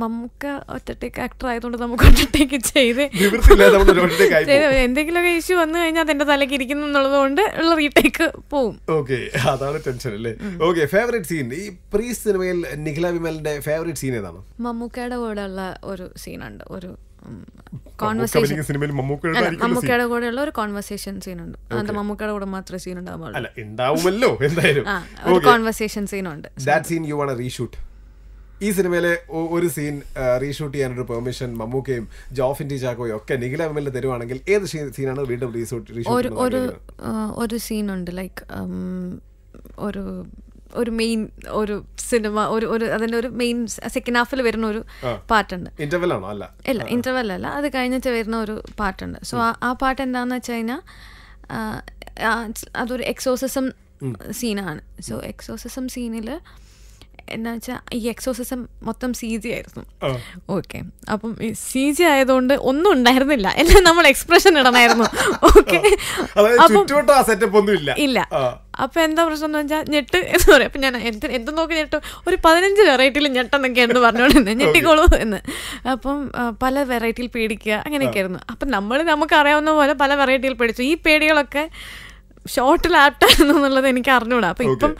Speaker 2: നമുക്ക് ഒറ്റട്ടേക്ക് ആക്ടർ ആയതുകൊണ്ട് നമുക്ക് ഒറ്റട്ടേക്ക് ചെയ്ത്
Speaker 1: നിവൃത്തിയില്ലാതെ നമ്മൾ ഒരു ഒറ്ററ്റേക്ക് ആയി
Speaker 2: ചെയ്ത് എന്തെങ്കിലുമൊക്കെ ഇഷ്യൂ വന്നു കഴിഞ്ഞാൽ അതെന്റെ തലയ്ക്ക് ഇരിക്കുന്നു എന്നുള്ളത് കൊണ്ട് ഉള്ള റീടേക്ക് പോവും
Speaker 1: ഓക്കെ അതാണ് ടെൻഷൻ അല്ലേ ഓക്കെ ഫേവറേറ്റ് സീൻ ഈ പ്രീ സിനിമയിൽ നിഖില വിമലിന്റെ ഫേവറേറ്റ് സീൻ ഏതാണ്
Speaker 2: മമ്മൂക്കയുടെ കൂടെയുള്ള ഒരു സീനുണ്ട് ഒരു
Speaker 1: മമ്മൂക്ക
Speaker 2: കോൺവെർസേഷൻ
Speaker 1: അഭിനയിക്കുന്ന സിനിമയിൽ മമ്മൂക്കയുടെ
Speaker 2: അല്ല
Speaker 1: ആയിരിക്കുമല്ലോ scene.
Speaker 2: മമ്മൂക്കയുടെ കൂടെയുള്ള ഒരു കോൺവെർസേഷൻ സീനുണ്ട് അത് മമ്മൂക്കയുടെ കൂടെ മാത്രമേ സീൻ ഉണ്ടാവുള്ളൂ
Speaker 1: അല്ല ഉണ്ടാവുമല്ലോ എന്തായാലും
Speaker 2: ആ ഒരു
Speaker 1: ഓക്കെ
Speaker 2: കോൺവെർസേഷൻ സീനുണ്ട്
Speaker 1: that scene you want reshoot ഈ ഈ സിനിമയിലെ ഒ- ഒരു സീൻ റീഷൂട്ട് ചെയ്യാനൊരു പെർമിഷൻ മമ്മൂക്കയും ജോഫിൻറ്റി ചാക്കോയും ഒക്കെ നിഖില എമ്മിൽ തരുവാണെങ്കിൽ ഏത് സീനാണ് വീണ്ടും റീഷൂട്ട്
Speaker 2: ഒരു ഒരു
Speaker 1: റീഷൂട്ട്
Speaker 2: ആ, ഒരു സീനുണ്ട് ലൈക്ക് ഒരു ഒരു മെയിൻ ഒരു സിനിമ ഒരു ഒരു അതിന്റെ ഒരു മെയിൻ സെക്കൻഡ് ഹാഫിൽ വരുന്ന ഒരു പാട്ടുണ്ട്
Speaker 1: ഇന്റർവെൽ ആണോ അല്ല
Speaker 2: ഇല്ല ഇന്റർവെൽ അല്ല അത് കഴിഞ്ഞിട്ട് വരുന്ന ഒരു പാട്ടുണ്ട് സോ ആ പാട്ട് എന്താന്ന് വെച്ച് കഴിഞ്ഞാൽ അതൊരു എക്സോസിസം സീനാണ് സോ എക്സോസിസം സീനിൽ എന്താ വെച്ചാൽ ഈ എക്സോസിസം മൊത്തം സി ജി ആയിരുന്നു ഓക്കെ അപ്പം സി ജി ആയതുകൊണ്ട് ഒന്നും ഉണ്ടായിരുന്നില്ല എല്ലാം നമ്മൾ എക്സ്പ്രഷൻ ഇടണമായിരുന്നു ഓക്കെ
Speaker 1: അതായത് ചുറ്റുവട്ടം ആ സെറ്റപ്പ് ഒന്നും ഇല്ല
Speaker 2: ഇല്ല
Speaker 1: ആ.
Speaker 2: അപ്പൊ എന്താ പ്രശ്നം എന്ന് വെച്ചാൽ ഞെട്ട് എന്ന് പറയും അപ്പൊ ഞാൻ എന്ത് എന്ത് നോക്കി ഞെട്ട് ഒരു പതിനഞ്ച് വെറൈറ്റിയിൽ ഞെട്ടെന്നൊക്കെയായിരുന്നു പറഞ്ഞോണ്ടിരുന്നത് ഞെട്ടിക്കോളൂ എന്ന് അപ്പം ആ, പല വെറൈറ്റിയിൽ പേടിക്കുക അങ്ങനെയൊക്കെ ആയിരുന്നു അപ്പൊ നമ്മൾ നമുക്ക് അറിയാവുന്ന പോലെ പല വെറൈറ്റിയിൽ പേടിച്ചു ഈ പേടികളൊക്കെ ഷോർട്ടിൽ ആപ്റ്റായിരുന്നു എന്നുള്ളത് എനിക്ക് അറിഞ്ഞൂടാ അപ്പൊ ഇപ്പം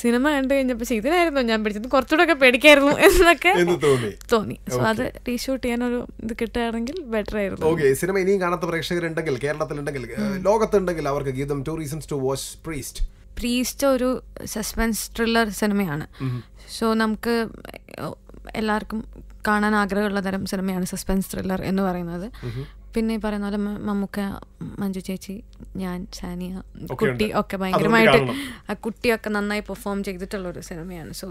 Speaker 2: സിനിമ കണ്ടു കഴിഞ്ഞപ്പോ ശ്ശെ, ഇതിനായിരുന്നു ഞാൻ പേടിച്ചത് കുറച്ചുകൂടെ ഒക്കെ പേടിക്കായിരുന്നു എന്നൊക്കെ
Speaker 1: എന്ന് തോന്നി
Speaker 2: തോന്നി സോ അത് റീഷൂട്ട് ചെയ്യാൻ ഒരു ഇത് കിട്ടുകയാണെങ്കിൽ ബെറ്റർ ആയിരുന്നു
Speaker 1: ഓക്കെ സിനിമ ഇനിയും കാണാത്ത പ്രേക്ഷകരുണ്ടെങ്കിൽ കേരളത്തിലുണ്ടെങ്കിൽ ഏഹ്, ലോകത്തുണ്ടെങ്കിൽ അവർക്ക് ഗീതം two reasons to watch Priest
Speaker 2: Priest ഒരു സസ്പെൻസ് ത്രില്ലർ സിനിമയാണ് സോ നമുക്ക് എല്ലാവർക്കും കാണാൻ ആഗ്രഹമുള്ള തരം സിനിമയാണ് സസ്പെൻസ് ത്രില്ലർ എന്ന് പറയുന്നത് പിന്നെ ഈ പറയുന്ന പോലെ മ- മമ്മൂക്ക മഞ്ജു ചേച്ചി ഞാൻ സാനിയ
Speaker 1: ഒക്കെ ഉണ്ട്.
Speaker 2: കുട്ടി ഒക്കെ
Speaker 1: അതുകൊണ്ട്
Speaker 2: ഭയങ്കരമായിട്ട്
Speaker 1: കാണണം.
Speaker 2: ആ കുട്ടിയൊക്കെ നന്നായി പെർഫോം ചെയ്തിട്ടുള്ള ഒരു സിനിമയാണ് സോ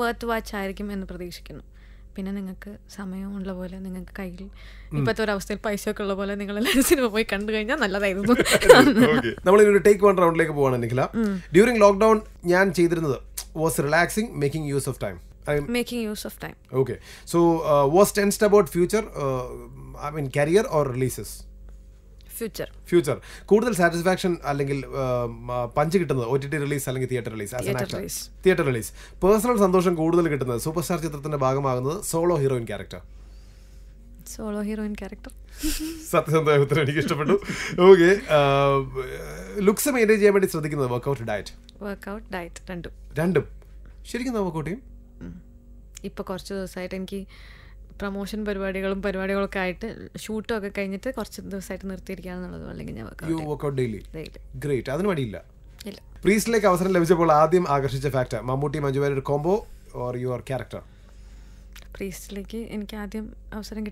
Speaker 2: വേർത്ത് വാച്ച് ആയിരിക്കും എന്ന് പ്രതീക്ഷിക്കുന്നു പിന്നെ നിങ്ങൾക്ക് സമയമുള്ള പോലെ നിങ്ങൾക്ക് കയ്യിൽ ഇപ്പോഴത്തെ ഒരു അവസ്ഥയിൽ പൈസയൊക്കെ ഉള്ള പോലെ നിങ്ങളെല്ലാവരും സിനിമ പോയി കണ്ടു കഴിഞ്ഞാൽ നല്ലതായിരുന്നു
Speaker 1: നമ്മൾ ഇനി ഒരു ടേക്ക് വൺ റൗണ്ടിലേക്ക് പോവാണ് നിഖില ഡ്യൂറിംഗ് ലോക്ക്ഡൌൺ ഞാൻ ചെയ്തിരുന്നത് was relaxing making use of time I
Speaker 2: making use of time
Speaker 1: okay so was tensed about future I mean career or releases
Speaker 2: future
Speaker 1: future കൂടുതൽ സാറ്റിസ്ഫാക്ഷൻ അല്ലെങ്കിൽ പഞ്ച് കിട്ടുന്നത് ഒ ടി ടി റിലീസ് അല്ലെങ്കിൽ theatre release as an
Speaker 2: Theatre
Speaker 1: actor
Speaker 2: release.
Speaker 1: Theatre release personal സന്തോഷം കൂടുതൽ കിട്ടുന്നത് super star ചിത്രത്തിന്റെ ഭാഗമാകുന്നത് solo heroine character
Speaker 2: solo heroine character
Speaker 1: സത്യസന്ധമായ ഉത്തരം എനിക്ക് ഇഷ്ടപ്പെട്ടു ഓക്കെ ലുക്സ് മെയിൻറ്റെയിൻ ചെയ്യാൻ വേണ്ടി ശ്രദ്ധിക്കുന്നത് വർക്കൗട്ട് ഡയറ്റ്
Speaker 2: വർക്കൗട്ട് ഡയറ്റ് രണ്ടും
Speaker 1: രണ്ടും ശരിക്കും വർക്കൗട്ട് ചെയ്യും
Speaker 2: ഇപ്പോൾ കുറച്ച് ദിവസമായിട്ട് എനിക്ക് പ്രൊമോഷൻ പരിപാടികളും പരിപാടികളൊക്കെ ആയിട്ട് ഷൂട്ടും ഒക്കെ കഴിഞ്ഞിട്ട് കുറച്ച് ദിവസമായിട്ട് നിർത്തിയിരിക്കാന്നുള്ളത് അല്ലെങ്കിൽ ഞാൻ
Speaker 1: you
Speaker 2: workout
Speaker 1: workout daily
Speaker 2: Daily.
Speaker 1: Great അതിന് മടിയില്ല
Speaker 2: ഇല്ല
Speaker 1: പ്രീസിലേക്ക് അവസരം ലഭിച്ചപ്പോൾ ആദ്യം ആകർഷിച്ച ഫാക്ടർ മമ്മൂട്ടി മഞ്ജുവാരി ഒരു കോംബോ ഓർ യുവർ ക്യാരക്ടർ
Speaker 2: പ്രീസ്റ്റിലേക്ക് എനിക്ക് ആദ്യം അവസരം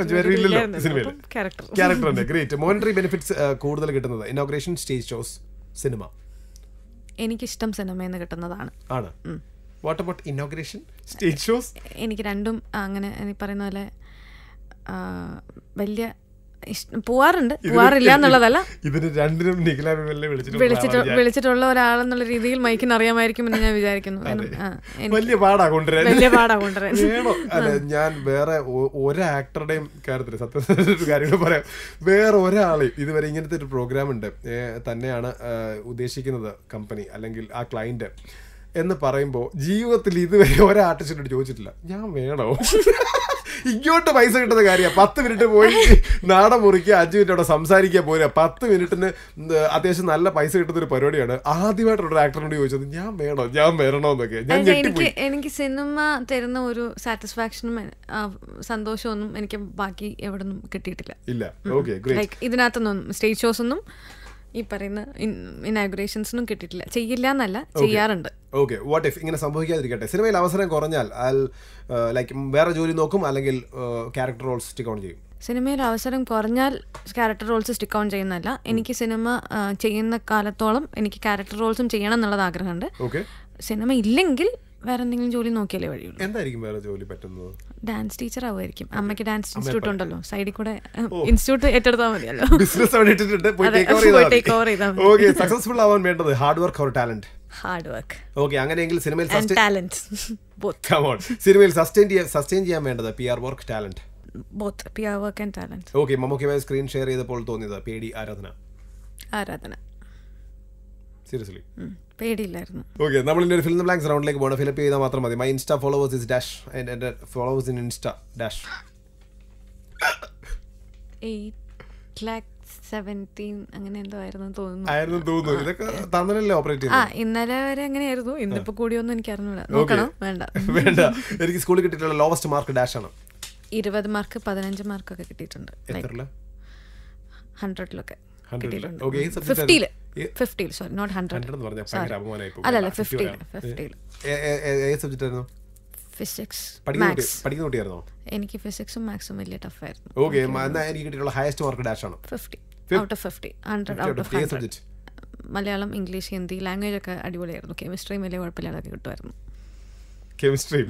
Speaker 1: മഞ്ജുവാരി ഇല്ലല്ലോ സിനിമയിൽ
Speaker 2: കിട്ടിയപ്പോൾ ക്യാരക്ടർ
Speaker 1: ക്യാരക്ടർ ഉണ്ട് ഗ്രേറ്റ് മോണിറ്ററി ബെനിഫിറ്റ്സ് uh, കൂടുതൽ കിട്ടുന്നത് ഇനോഗ്രേഷൻ സ്റ്റേജ് ഷോസ് സിനിമ
Speaker 2: എനിക്കിഷ്ടം സിനിമയിൽ നിന്ന് കിട്ടുന്നതാണ്
Speaker 1: ആണ് what about inauguration stage shows
Speaker 2: എനിക്ക് രണ്ടും അങ്ങനെ ഈ പറയുന്ന പോലെ ആ, വലിയ ഇഷ്ടം പോവാറുണ്ട് പോവാറില്ല എന്നുള്ളതല്ല
Speaker 1: ഇതിന് രണ്ടിനും നിഖില വിമലിനെ വിളിച്ചിട്ട്
Speaker 2: വിളിച്ചിട്ട്
Speaker 1: കൊണ്ടുവരാൻ
Speaker 2: വിളിച്ചിട്ടുള്ള ഒരാളെന്നുള്ള രീതിയിൽ മൈക്കിന് അറിയാമായിരിക്കും എന്ന് ഞാൻ വിചാരിക്കുന്നു കാരണം, ആ,
Speaker 1: ഞാൻ-
Speaker 2: എനിക്ക്
Speaker 1: വലിയ പാടാ കൊണ്ടുവരാൻ
Speaker 2: വലിയ പാടാ കൊണ്ടുവരാൻ
Speaker 1: വേണോ അല്ല ഞാൻ വേറെ ഒ- ഒരു ആക്ടറുടെയും കാര്യത്തിൽ സത്യസന്ധ കാര്യങ്ങൾ പറയാം വേറെ ഒരാളെ ഇതുവരെ ഇങ്ങനത്തെ ഒരു പ്രോഗ്രാം ഉണ്ട് ഏ, തന്നെയാണ് ആ, ഉദ്ദേശിക്കുന്നത് കമ്പനി അല്ലെങ്കിൽ ആ ക്ലയന്റ് എന്ന് പറയുമ്പോൾ ജീവിതത്തിൽ ഇതുവരെ ഒരു ആർട്ടിസ്റ്റിനോട് ചോദിച്ചിട്ടില്ല ഞാൻ വേണോ ഇങ്ങോട്ട് പൈസ കിട്ടുന്ന കാര്യമാണ് പത്ത് മിനിറ്റ് പോയി നാടൻ മുറിക്കുക അഞ്ച് മിനിറ്റ് അവിടെ സംസാരിക്കുക പോരുക പത്ത് മിനിറ്റിന് ഉം, അത്യാവശ്യം നല്ല പൈസ കിട്ടുന്ന ഒരു പരിപാടിയാണ് ആദ്യമായിട്ടുള്ള ഒരു ആക്ടറിനോട് ചോദിച്ചത് ഞാൻ വേണോ ഞാൻ വേണോ എന്നൊക്കെ ഞാൻ
Speaker 2: അല്ല,
Speaker 1: ഞെട്ടിപ്പോയി
Speaker 2: എനിക്ക് എനിക്ക് സിനിമ തരുന്ന ഒരു സാറ്റിസ്ഫാക്ഷനും ആ, സന്തോഷമൊന്നും എനിക്ക് ബാക്കി എവിടെ നിന്നും കിട്ടിയിട്ടില്ല
Speaker 1: ഇല്ല ഓക്കെ ഗ്രേറ്റ്
Speaker 2: ലൈക്ക് ഇതിനകത്തൊന്നും സ്റ്റേജ് ഷോസ് ഒന്നും ഈ പറയുന്ന ഇനാഗുറേഷൻസിനും കിട്ടിയിട്ടില്ല ചെയ്യില്ല എന്നല്ല ചെയ്യാറുണ്ട്
Speaker 1: ഓക്കെ വാട്ട് ഇഫ് ഇങ്ങനെ സംഭവിക്കാതിരിക്കട്ടെ സിനിമയിൽ അവസരം കുറഞ്ഞാൽ അൽ ലൈക്ക് വേറെ ജോലി നോക്കും അല്ലെങ്കിൽ uh, character role stick on ചെയ്യും
Speaker 2: സിനിമയിൽ അവസരം കുറഞ്ഞാൽ ക്യാരക്ടർ റോൾസ് സ്റ്റിക്ക് ഓൺ ചെയ്യുന്നല്ല എനിക്ക് സിനിമ ആ, ചെയ്യുന്ന കാലത്തോളം എനിക്ക് ക്യാരക്ടർ റോൾസും ചെയ്യണം എന്നുള്ളത് ആഗ്രഹമുണ്ട്
Speaker 1: ഓക്കെ
Speaker 2: സിനിമ ഇല്ലെങ്കിൽ വേറെ എന്തെങ്കിലും ജോലി നോക്കിയാലേ വഴിയുള്ളൂ
Speaker 1: എന്തായിരിക്കും വേറെ ജോലി പറ്റുന്നത്
Speaker 2: ഡാൻസ് ടീച്ചർ ആവുമായിരിക്കും അമ്മയ്ക്ക് ഡാൻസ് ഇൻസ്റ്റിറ്റ്യൂട്ട് ഉണ്ടല്ലോ സൈഡിൽ കൂടെ ഇൻസ്റ്റിറ്റ്യൂട്ട് ഏറ്റെടുത്താൽ മതിയല്ലോ
Speaker 1: ബിസിനസ് അവിടെ ഇട്ടിട്ടുണ്ട് പോയി
Speaker 2: അതെ, പോയി
Speaker 1: ടേക്ക്
Speaker 2: take over
Speaker 1: ഓവർ ചെയ്താൽ
Speaker 2: ചെയ്താൽ മതി.
Speaker 1: ഓക്കെ സക്സസ്ഫുൾ ആവാൻ വേണ്ടത് hard work or talent
Speaker 2: hard work
Speaker 1: okay അങ്ങനെയെങ്കിൽ സിനിമയിൽ
Speaker 2: ആൻഡ് ടാലൻറ്റ് ബോത്ത്
Speaker 1: കമോൺ സിനിമയിൽ സസ്റ്റെയിൻ ചെയ്യാൻ സസ്റ്റെയിൻ ചെയ്യാൻ വേണ്ടത് P R work talent
Speaker 2: both P R work and talent
Speaker 1: okay മമ്മൂക്കിയുമായി സ്ക്രീൻ ഷെയർ ചെയ്തപ്പോൾ തോന്നിയത് പേടി ആരാധന
Speaker 2: ആരാധന
Speaker 1: സീരിയസ്ലി
Speaker 2: ഉം. പേടിയില്ലായിരുന്നു
Speaker 1: ഓക്കെ നമ്മൾ ഇനി ഒരു ഫിലിം ബ്ലാങ്ക്സ് റൗണ്ടിലേക്ക് പോകണം ഫിലപ്പ് ചെയ്താൽ മാത്രം മതി my insta followers is dash എൻ്റെ followers in insta dash
Speaker 2: eight lakh seventeen അങ്ങനെ എന്തോ ആയിരുന്നു തോന്നുന്നു
Speaker 1: ആയിരുന്നു തോന്നുന്നു ഇതൊക്കെ തന്നലല്ലേ ഓപ്പറേറ്റ്
Speaker 2: ആ
Speaker 1: ചെയ്യുന്നത്
Speaker 2: ഇന്നലെ വരെ എങ്ങനെയായിരുന്നു ഇന്നിപ്പോ കൂടിയൊന്നും എനിക്ക് അറിഞ്ഞൂടാ
Speaker 1: Okay.
Speaker 2: നോക്കണം വേണ്ട
Speaker 1: വേണ്ട എനിക്ക് സ്കൂളിൽ കിട്ടിയിട്ടുള്ള ലോവസ്റ്റ് മാർക്ക് ഡാഷ് ആണ്
Speaker 2: ഇരുപത് മാർക്ക് പതിനഞ്ച് മാർക്കൊക്കെ കിട്ടിയിട്ടുണ്ട്
Speaker 1: എത്രയുള്ള
Speaker 2: ഹൺഡ്രഡിലൊക്കെ
Speaker 1: ഹൺഡ്രഡില് ഓക്കെ ഈ
Speaker 2: ഫിഫ്റ്റിയിൽ
Speaker 1: സബ്ജക്ട്
Speaker 2: ഫിഫ്റ്റിയിൽ സോറി നോട്ട്
Speaker 1: ഹൺഡ്രഡ് എന്ന് പറഞ്ഞാൽ
Speaker 2: ഹൺഡ്രഡ്
Speaker 1: ഭയങ്കര അപമാനമായി പോകും.
Speaker 2: അല്ലല്ല
Speaker 1: ആ, 50
Speaker 2: ഫിഫ്റ്റിയിൽ
Speaker 1: വരാം.
Speaker 2: ഫിഫ്റ്റിയിൽ
Speaker 1: ഏ- ഏ- ഏ- ഏത് സബ്ജക്റ്റ് ആയിരുന്നു
Speaker 2: ഫിസിക്സ്
Speaker 1: പഠിക്കുന്ന കുട്ടി
Speaker 2: മാത്സ്
Speaker 1: പഠിക്കുന്ന കുട്ടിയായിരുന്നോ
Speaker 2: എനിക്ക് ഫിസിക്സും മാത്സും വലിയ ടഫായിരുന്നു
Speaker 1: ഓക്കെ എന്നാ എനിക്ക് കിട്ടിയിട്ടുള്ള ഹയസ്റ്റ് മാർക്ക് ഡാഷ് ആണ്
Speaker 2: fifty
Speaker 1: Fif-
Speaker 2: out of fifty hundred out of
Speaker 1: ഏത്
Speaker 2: hundred
Speaker 1: subject
Speaker 2: Malayalam English Hindi language ഒക്കെ അടിപൊളിയായിരുന്നു കെമിസ്ട്രിയും വലിയ കുഴപ്പമില്ലാതൊക്കെ കിട്ടുമായിരുന്നു
Speaker 1: കെമിസ്ട്രി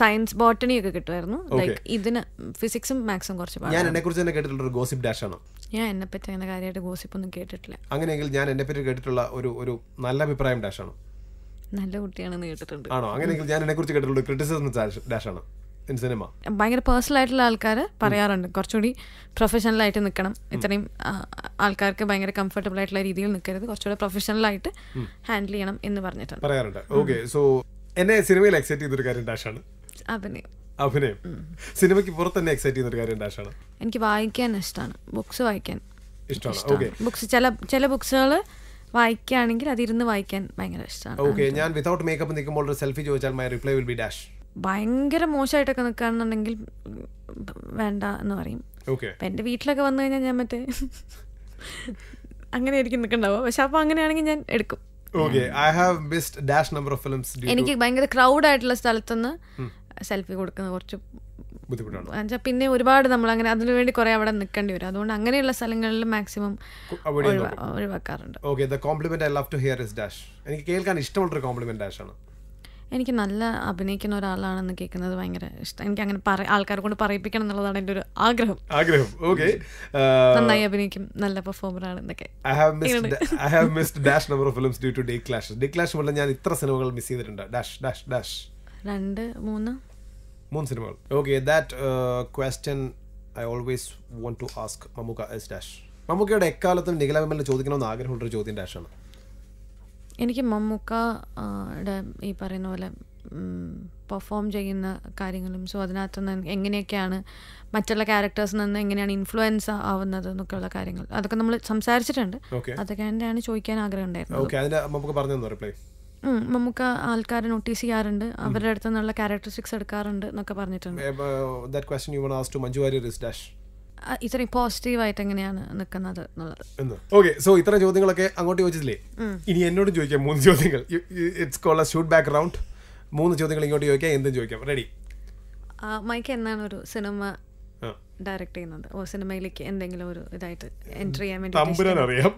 Speaker 2: സയൻസ് ബോട്ടണി ഒക്കെ കിട്ടുമായിരുന്നു
Speaker 1: Okay.
Speaker 2: ലൈക്ക് ഇതിന് ഫിസിക്സും മാത്സും കുറച്ച്
Speaker 1: ഞാൻ
Speaker 2: പാടാണ്
Speaker 1: എന്നെ കുറിച്ച് തന്നെ കേട്ടിട്ടുള്ള ഒരു ഗോസിപ്പ് ഡാഷ് ആണ്
Speaker 2: ഞാൻ എന്നെ പറ്റി അങ്ങനെ കാര്യമായിട്ട് ഗോസിപ്പൊന്നും കേട്ടിട്ടില്ല
Speaker 1: അങ്ങനെയെങ്കിൽ ഞാൻ എന്നെ പറ്റി കേട്ടിട്ടുള്ള ഒരു ഒരു നല്ല അഭിപ്രായം ഡാഷ് ആണ്
Speaker 2: നല്ല കുട്ടിയാണെന്ന് കേട്ടിട്ടുണ്ട്
Speaker 1: ആണോ അങ്ങനെയെങ്കിൽ ഞാൻ എന്നെ കുറിച്ച് കേട്ടിട്ടുള്ള ക്രിറ്റിസിസം ഡാഷ് ആണ് ഇൻ സിനിമ
Speaker 2: ഭയങ്കര പേഴ്സണൽ ആയിട്ടുള്ള ആൾക്കാർ പറയാറുണ്ട് കുറച്ചുകൂടി പ്രൊഫഷണൽ ആയിട്ട് നിൽക്കണം ഇത്രയും ആ, ആൾക്കാർക്ക് ഭയങ്കര കംഫർട്ടബിൾ ആയിട്ടുള്ള രീതിയിൽ നിൽക്കരുത് കുറച്ചുകൂടെ പ്രൊഫഷണൽ ആയിട്ട് ഹാൻഡിൽ ചെയ്യണം എന്ന് പറഞ്ഞിട്ടുണ്ട്
Speaker 1: പറയാറുണ്ട് ഓക്കെ സോ എന്നെ സിനിമയിൽ എക്സൈറ്റ് ചെയ്തൊരു കാര്യം ഡാഷ് ആണ്
Speaker 2: അഭിനയം
Speaker 1: അഭിനയം സിനിമയ്ക്ക് പുറത്ത് തന്നെ എക്സൈറ്റ് ചെയ്തൊരു കാര്യം ഡാഷ് ആണ്
Speaker 2: എനിക്ക് വായിക്കാൻ ഇഷ്ടമാണ് ബുക്സ് വായിക്കാൻ
Speaker 1: ഇഷ്ടമാണ് ഓക്കെ
Speaker 2: ഇഷ്ടമാണ് ബുക്സ് ചില ചില ബുക്സുകൾ വായിക്കുകയാണെങ്കിൽ അതിരുന്ന് വായിക്കാൻ ഭയങ്കര ഇഷ്ടമാണ്
Speaker 1: ഓക്കെ ഞാൻ വിതൗട്ട് മേക്കപ്പ് നിൽക്കുമ്പോൾ ഒരു സെൽഫി ചോദിച്ചാൽ my reply will be dash
Speaker 2: ഭയങ്കര മോശമായിട്ടൊക്കെ നിൽക്കുകയാണെന്നുണ്ടെങ്കിൽ വേണ്ട എന്ന് പറയും
Speaker 1: ഓക്കെ
Speaker 2: അപ്പം എൻ്റെ വീട്ടിലൊക്കെ വന്നു കഴിഞ്ഞാൽ ഞാൻ മറ്റേ അങ്ങനെ ആയിരിക്കും നിൽക്കണ്ടാവുക പക്ഷെ അപ്പോൾ അങ്ങനെയാണെങ്കിൽ ഞാൻ എടുക്കും
Speaker 1: okay I have missed dash number of films
Speaker 2: എനിക്ക് ഭയങ്കര ക്രൗഡ് ആയിട്ടുള്ള സ്ഥലത്തുനിന്ന് സെൽഫി കൊടുക്കുന്നത് കുറച്ച്
Speaker 1: ബുദ്ധിമുട്ടാണ്
Speaker 2: എന്നുവെച്ചാൽ പിന്നെ ഒരുപാട് നമ്മൾ അങ്ങനെ അതിനു വേണ്ടി കുറേ അവിടെ നിൽക്കേണ്ടി വരും അതുകൊണ്ട് അങ്ങനെയുള്ള സ്ഥലങ്ങളിൽ മാക്സിമം
Speaker 1: avoid ചെയ്യാൻ
Speaker 2: ഒഴിവാ- ഒഴിവാക്കാറുണ്ട്
Speaker 1: okay the compliment I love to hear is dash എനിക്ക് കേൾക്കാൻ ഇഷ്ടമുള്ളൊരു കോംപ്ലിമെന്റ് ഡാഷ് ആണ്
Speaker 2: എനിക്ക് നല്ല അഭിനയിക്കുന്ന ഒരാളാണെന്ന് കേൾക്കുന്നത് ഭയങ്കര ഇഷ്ടം എനിക്ക് അങ്ങനെ പറ ആൾക്കാരെ കൊണ്ട് പറയിപ്പിക്കണം എന്നുള്ളതാണ് എൻ്റെ ഒരു ആഗ്രഹം
Speaker 1: ആഗ്രഹം Uh, ഓക്കെ
Speaker 2: നന്നായി അഭിനയിക്കും നല്ല പെർഫോമർ ആണ് എന്നൊക്കെ
Speaker 1: I have missed I have missed dash number of films due to day clash day clash മൂലം ഞാൻ ഇത്ര സിനിമകൾ മിസ് ചെയ്തിട്ടുണ്ട് ഡാഷ് ഡാഷ് ഡാഷ്
Speaker 2: രണ്ട് മൂന്ന്
Speaker 1: മൂന്ന് സിനിമകൾ okay that question I always want to ask Mammukka is dash മമ്മൂക്കയുടെ എക്കാലത്തും നിഖില വിമലിനെ ചോദിക്കണമെന്ന് ആഗ്രഹമുള്ളൊരു ചോദ്യം ഡാഷാണ്
Speaker 2: എനിക്ക് മമ്മൂക്ക ആ, ടെ ഈ പറയുന്ന പോലെ പെർഫോം ചെയ്യുന്ന കാര്യങ്ങളും സോ അതിനകത്ത് നിന്ന് എങ്ങനെയൊക്കെയാണ് മറ്റുള്ള ക്യാരക്ടേഴ്സിൽ നിന്ന് എങ്ങനെയാണ് ഇൻഫ്ലുവൻസ് ആവുന്നത് എന്നൊക്കെയുള്ള കാര്യങ്ങൾ അതൊക്കെ നമ്മൾ സംസാരിച്ചിട്ടുണ്ട്
Speaker 1: Okay.
Speaker 2: അതൊക്കെ തന്നെയാണ് ചോദിക്കാൻ ആഗ്രഹം ഉണ്ടായിരുന്നത്
Speaker 1: ഓക്കെ അതിന് നമുക്ക് പറഞ്ഞു തന്നു റിപ്ലൈ
Speaker 2: ഉം, മമ്മൂക്ക ആൾക്കാരെ നോട്ടീസ് ചെയ്യാറുണ്ട് അവരുടെ അടുത്ത് നിന്നുള്ള ക്യാരക്ടറിസ്റ്റിക്സ് എടുക്കാറുണ്ട് എന്നൊക്കെ പറഞ്ഞിട്ടുണ്ട്
Speaker 1: that question you want ask to Manju Warrier is dash
Speaker 2: ആ, ഇത്രയും പോസിറ്റീവായിട്ട് എങ്ങനെയാണ് നിൽക്കുന്നത് എന്നുള്ളത്
Speaker 1: എന്ന് ഓക്കെ സോ ഇത്തരം ചോദ്യങ്ങളൊക്കെ അങ്ങോട്ട് ചോദിച്ചില്ലേ ഇനി എന്നോട് ചോദിക്കാം മൂന്ന് ചോദ്യങ്ങൾ it's call shoot back round മൂന്ന് ചോദ്യങ്ങൾ ഇങ്ങോട്ട് ചോദിക്കാം എന്തും ചോദിക്കാം റെഡി
Speaker 2: ആ, മൈക്ക് എന്നാണ് ഒരു സിനിമ ഡയറക്റ്റ് ചെയ്യുന്നത് ഓ സിനിമയിലേക്ക് എന്തെങ്കിലും ഒരു ഇതായിട്ട് എൻട്രി ചെയ്യാൻ വേണ്ടി
Speaker 1: തമ്പുരാൻ അറിയാം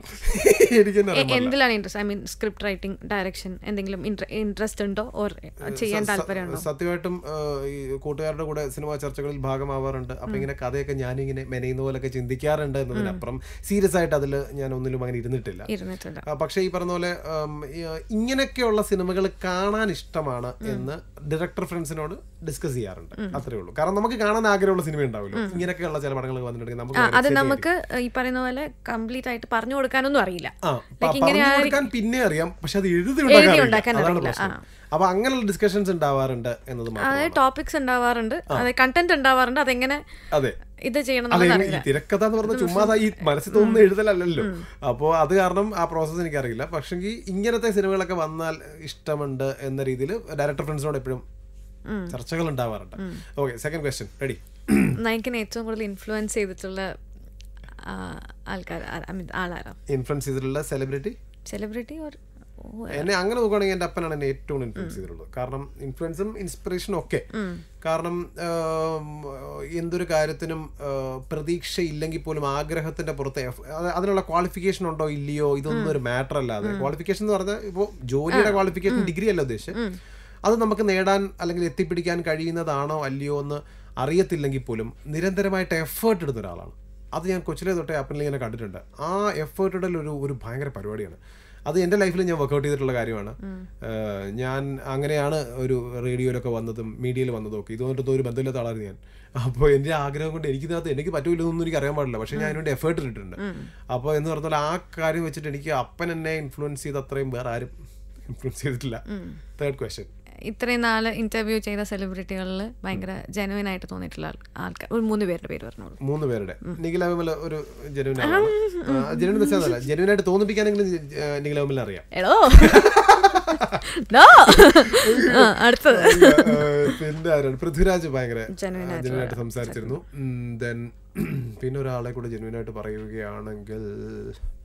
Speaker 1: എനിക്ക് തന്നെ
Speaker 2: എ- എന്തിലാണ് interest I mean script writing direction എന്തെങ്കിലും ഇൻട്രസ്റ്റ് ഉണ്ടോ ഓർ ചെയ്യാൻ താല്പര്യമുണ്ടോ
Speaker 1: സത്യമായിട്ടും ആ, ഈ കൂട്ടുകാരുടെ കൂടെ സിനിമാ ചർച്ചകളിൽ ഭാഗമാവാറുണ്ട് അപ്പൊ ഇങ്ങനെ കഥയൊക്കെ ഞാനിങ്ങനെ മെനയുന്ന പോലെയൊക്കെ ചിന്തിക്കാറുണ്ട് എന്നതിനപ്പുറം സീരിയസ് ആയിട്ട് അതിൽ ഞാൻ ഒന്നിലും അങ്ങനെ ഇരുന്നിട്ടില്ല
Speaker 2: ഇരുന്നിട്ടില്ല
Speaker 1: ആ, പക്ഷേ ഈ പറഞ്ഞ പോലെ ഉം, ഈ, ഇങ്ങനെയൊക്കെയുള്ള സിനിമകൾ കാണാൻ ഇഷ്ടമാണ് എന്ന് ഡയറക്ടർ ഫ്രണ്ട്സിനോട് ഡിസ്കസ് ചെയ്യാറുണ്ട് അത്രേ ഉള്ളൂ കാരണം നമുക്ക് കാണാൻ ആഗ്രഹമുള്ള സിനിമ ഉണ്ടാവുമല്ലോ ഇങ്ങനെയൊക്കെയുള്ള ചില പടങ്ങൾ വന്നിട്ടുണ്ടെങ്കിൽ നമുക്ക്
Speaker 2: ആ
Speaker 1: ഭയങ്കര
Speaker 2: അത്
Speaker 1: exciting
Speaker 2: നമുക്ക് ഈ പറയുന്ന പോലെ കംപ്ലീറ്റ് ആയിട്ട് പറഞ്ഞു കൊടുക്കാനൊന്നും അറിയില്ല
Speaker 1: ആ, പ-
Speaker 2: Like ഇങ്ങനെ
Speaker 1: പറഞ്ഞു
Speaker 2: ആയി-
Speaker 1: കൊടുക്കാൻ പിന്നെ അറിയാം പക്ഷെ അത് എഴുതി
Speaker 2: ഉണ്ടാക്കാൻ
Speaker 1: ഉണ്ടാക്കാൻ അറിയില്ല. അതാണ്
Speaker 2: അറിയില്ല,
Speaker 1: പ്രശ്നം അപ്പൊ അങ്ങനെയുള്ള ഡിസ്കഷൻസ് ഉണ്ടാവാറുണ്ട് എന്നത് മാത്രം
Speaker 2: അതായത് ടോപ്പിക്സ് ഉണ്ടാവാറുണ്ട് അതായത് കണ്ടന്റ് ഉണ്ടാവാറുണ്ട് അതെങ്ങനെ
Speaker 1: അതെ
Speaker 2: ഇത് ചെയ്യണം
Speaker 1: അതെ
Speaker 2: എന്നുള്ളത്
Speaker 1: ഈ
Speaker 2: അറിയില്ല
Speaker 1: തിരക്കഥ എന്ന് പറഞ്ഞാൽ ചുമ്മാ ഈ മനസ്സിൽ തോന്നുന്ന എഴുതലല്ലല്ലോ അപ്പോ അത് കാരണം ആ പ്രോസസ്സ് എനിക്കറിയില്ല പക്ഷെങ്കിൽ ഇങ്ങനത്തെ സിനിമകളൊക്കെ വന്നാൽ ഇഷ്ടമുണ്ട് എന്ന രീതിയിൽ ഡയറക്ടർ ഫ്രണ്ട്സിനോട് എപ്പോഴും ചർച്ചകൾ ഉണ്ടാവാറുണ്ട് ഓക്കെ സെക്കൻഡ് ക്വസ്റ്റ്യൻ റെഡി
Speaker 2: നയക്കിനെ ഏറ്റവും കൂടുതൽ ഇൻഫ്ലുവൻസ് ചെയ്തിട്ടുള്ള ആ, ആൾക്കാർ ഐ മീൻ ആളാരാ
Speaker 1: ഇൻഫ്ലുവൻസ് ചെയ്തിട്ടുള്ള സെലിബ്രിറ്റി
Speaker 2: സെലിബ്രിറ്റി ഓർ
Speaker 1: എന്നെ അങ്ങനെ നോക്കുകയാണെങ്കിൽ എൻ്റെ അപ്പനാണ് എന്നെ ഏറ്റവും ഇൻഫ്ലുവൻസ് ചെയ്തിട്ടുള്ളത് കാരണം ഇൻഫ്ലുവൻസും ഇൻസ്പിറേഷനും ഒക്കെ കാരണം ആം, എന്തൊരു കാര്യത്തിനും ആ, പ്രതീക്ഷ ഇല്ലെങ്കിൽ പോലും ആഗ്രഹത്തിന്റെ പുറത്ത് എഫ്- അത് അതിനുള്ള ക്വാളിഫിക്കേഷൻ ഉണ്ടോ ഇല്ലയോ ഇതൊന്നും ഒരു മാറ്റർ അല്ലാതെ ക്വാളിഫിക്കേഷൻ എന്ന് പറഞ്ഞാൽ ഇപ്പോൾ ജോലിയുടെ ക്വാളിഫിക്കേഷൻ ഡിഗ്രി അല്ല ഉദ്ദേശിച്ചത് അത് നമുക്ക് നേടാൻ അല്ലെങ്കിൽ എത്തിപ്പിടിക്കാൻ കഴിയുന്നതാണോ അല്ലയോ എന്ന് അറിയത്തില്ലെങ്കിൽ പോലും നിരന്തരമായിട്ട് എഫേർട്ട് എടുത്ത ഒരാളാണ് അത് ഞാൻ കൊച്ചിലെ തൊട്ടേ അപ്പനിൽ ഇങ്ങനെ കണ്ടിട്ടുണ്ട് ആ എഫേർട്ട് ഇടൽ ഒരു ഒരു ഭയങ്കര പരിപാടിയാണ് അത് എൻ്റെ ലൈഫിൽ ഞാൻ വർക്കൗട്ട് ചെയ്തിട്ടുള്ള കാര്യമാണ് ഏഹ് ഞാൻ അങ്ങനെയാണ് ഒരു റേഡിയോയിലൊക്കെ വന്നതും മീഡിയയിൽ വന്നതും ഒക്കെ ഇതുകൊണ്ടൊന്നും ഒരു ബന്ധമില്ലാത്ത ആളായിരുന്നു ഞാൻ അപ്പോൾ എൻ്റെ ആഗ്രഹം കൊണ്ട് എനിക്കിതിനകത്ത് എനിക്ക് പറ്റൂലെന്നൊന്നും എനിക്ക് അറിയാൻ പാടില്ല പക്ഷേ ഞാൻ അതിനുവേണ്ടി എഫേർട്ട് ഇട്ടിട്ടുണ്ട് അപ്പോൾ എന്ന് പറഞ്ഞാൽ ആ കാര്യം വെച്ചിട്ട് എനിക്ക് അപ്പൻ എന്നെ ഇൻഫ്ലുവൻസ് ചെയ്ത് അത്രയും വേറെ ആരും ഇൻഫ്ലുവൻസ് ചെയ്തിട്ടില്ല തേർഡ് ക്വസ്റ്റ്യൻ
Speaker 2: ഇത്രയും നാള് ഇന്റർവ്യൂ ചെയ്ത സെലിബ്രിറ്റികളിൽ ഭയങ്കര ജെനുവിൻ ആയിട്ട് തോന്നിയിട്ടുള്ള ആൾ- ആൾക്കാർ ഒരു മൂന്ന് പേരുടെ പേര് പറഞ്ഞോളൂ
Speaker 1: മൂന്ന് പേരുടെ നിഖില വിമൽ ഒരു ജെനുവിൻ ആളാണ് ജെനുവിൻ വെച്ചാൽ ജെനുവിനായിട്ട് തോന്നിപ്പിക്കാനെങ്കിലും ഏഹ്, നിഖില വിമലിനെ അറിയാം
Speaker 2: എടോ No. ആ, അടുത്തത്
Speaker 1: ഏഹ് പിന്നെ ആരാണ് പൃഥ്വിരാജ് ഭയങ്കര
Speaker 2: Genuine ആയിട്ടുള്ള
Speaker 1: ജനുവനായിട്ട് സംസാരിച്ചിരുന്നു ദെൻ പിന്നെ ഒരാളെ കൂടെ ജെന്യൂനായിട്ട് പറയുകയാണെങ്കിൽ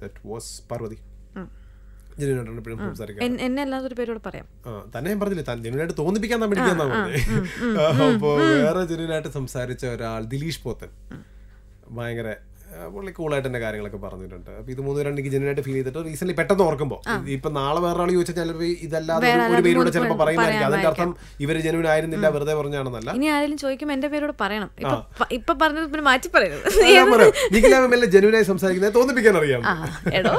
Speaker 1: ദാറ്റ് വാസ് പാർവതി ജെന്യൂനായിട്ടാണ് എപ്പോഴും സംസാരിക്കുക
Speaker 2: എൻ- എന്നെ അല്ലാതൊരു പേരോട് പറയാം
Speaker 1: ആ, തന്നെ ഞാൻ പറഞ്ഞില്ലേ താൻ ജെന്യൂനായിട്ട് തോന്നിപ്പിക്കാൻ താൻ പഠിക്കാന്നാ പറഞ്ഞത് അപ്പോ വേറെ ജെന്യൂനായിട്ട് സംസാരിച്ച ഒരാൾ ദിലീഷ് പോത്തൻ ഭയങ്കര ആ, പുള്ളി കൂളായിട്ട് തന്നെ കാര്യങ്ങളൊക്കെ പറഞ്ഞിട്ടുണ്ട് അപ്പൊ ഇത് മൂന്ന് പേരാണ് എനിക്ക് ജെന്യൂനായിട്ട് ഫീൽ ചെയ്തിട്ട് റീസെന്റ് പെട്ടെന്ന് ഓർക്കുമ്പോൾ ഇപ്പൊ നാളെ വേറെ ആൾ ചോദിച്ചാൽ ചിലപ്പോൾ ഇതല്ലാതെ ഒരു- ഒരു പേരോട് ചിലപ്പോൾ പറയുന്നതായിരിക്കും അതിന്റെ അർത്ഥം ഇവര് ജെന്യൂൻ ആയിരുന്നില്ല വെറുതെ പറഞ്ഞാണെന്നല്ല
Speaker 2: ഇനി ആരെങ്കിലും ചോദിക്കുമ്പോൾ എന്റെ പേരോട് പറയണം ഇപ്പൊ പ- ഇപ്പൊ പറഞ്ഞത് പിന്നെ മാറ്റി പറയരുത്
Speaker 1: ഞാൻ പറയാം നിഖിലാമെല്ലാം ജെന്യൂനായി സംസാരിക്കുന്നത് തോന്നിപ്പിക്കാൻ അറിയാം
Speaker 2: ആ എടോ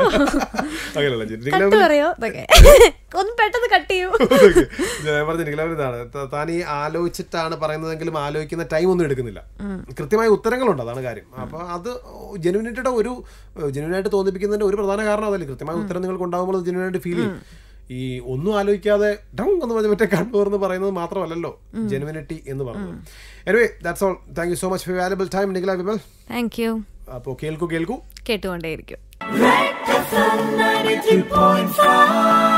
Speaker 1: അങ്ങനെയല്ല ജെന്യു- നിഖിലാ
Speaker 2: കട്ട് പറയോ ഇതൊക്കെ ഒന്ന് പെട്ടെന്ന് കട്ട് ചെയ്യൂ
Speaker 1: ഓക്കേ. ഞാൻ പറഞ്ഞ നിഖിലാവിനിതാണ് ത- താൻ ഈ ആലോചിച്ചിട്ടാണ് പറയുന്നതെങ്കിലും ആലോചിക്കുന്ന ടൈം ഒന്നും എടുക്കുന്നില്ല കൃത്യമായ ഉത്തരങ്ങളുണ്ട് അതാണ് കാര്യം അപ്പൊ അത് ജെനുവിനിറ്റിയുടെ ഒരു ജെനുവിനായിട്ട് തോന്നിപ്പിക്കുന്നതിന്റെ ഒരു പ്രധാന കാരണം അതല്ലേ കൃത്യമായ ഉത്തരം നിങ്ങൾക്ക് ഉണ്ടാകുമ്പോൾ ജെനുവിനായിട്ട് ഫീൽ ചെയ്യും ഈ ഒന്നും ആലോചിക്കാതെ ഡങ് എന്ന് പറഞ്ഞ മറ്റേ കണ്ണൂർ എന്ന് പറയുന്നത് മാത്രമല്ലല്ലോ ജെനുവിനിറ്റി എന്ന് പറയുന്നത് anyway that's all thank you so much for valuable time Nikhila Vimal
Speaker 2: thank you
Speaker 1: അപ്പോൾ കേൾക്കൂ കേൾക്കൂ
Speaker 2: കേട്ടുകൊണ്ടേയിരിക്കും
Speaker 4: Rectified 93.5.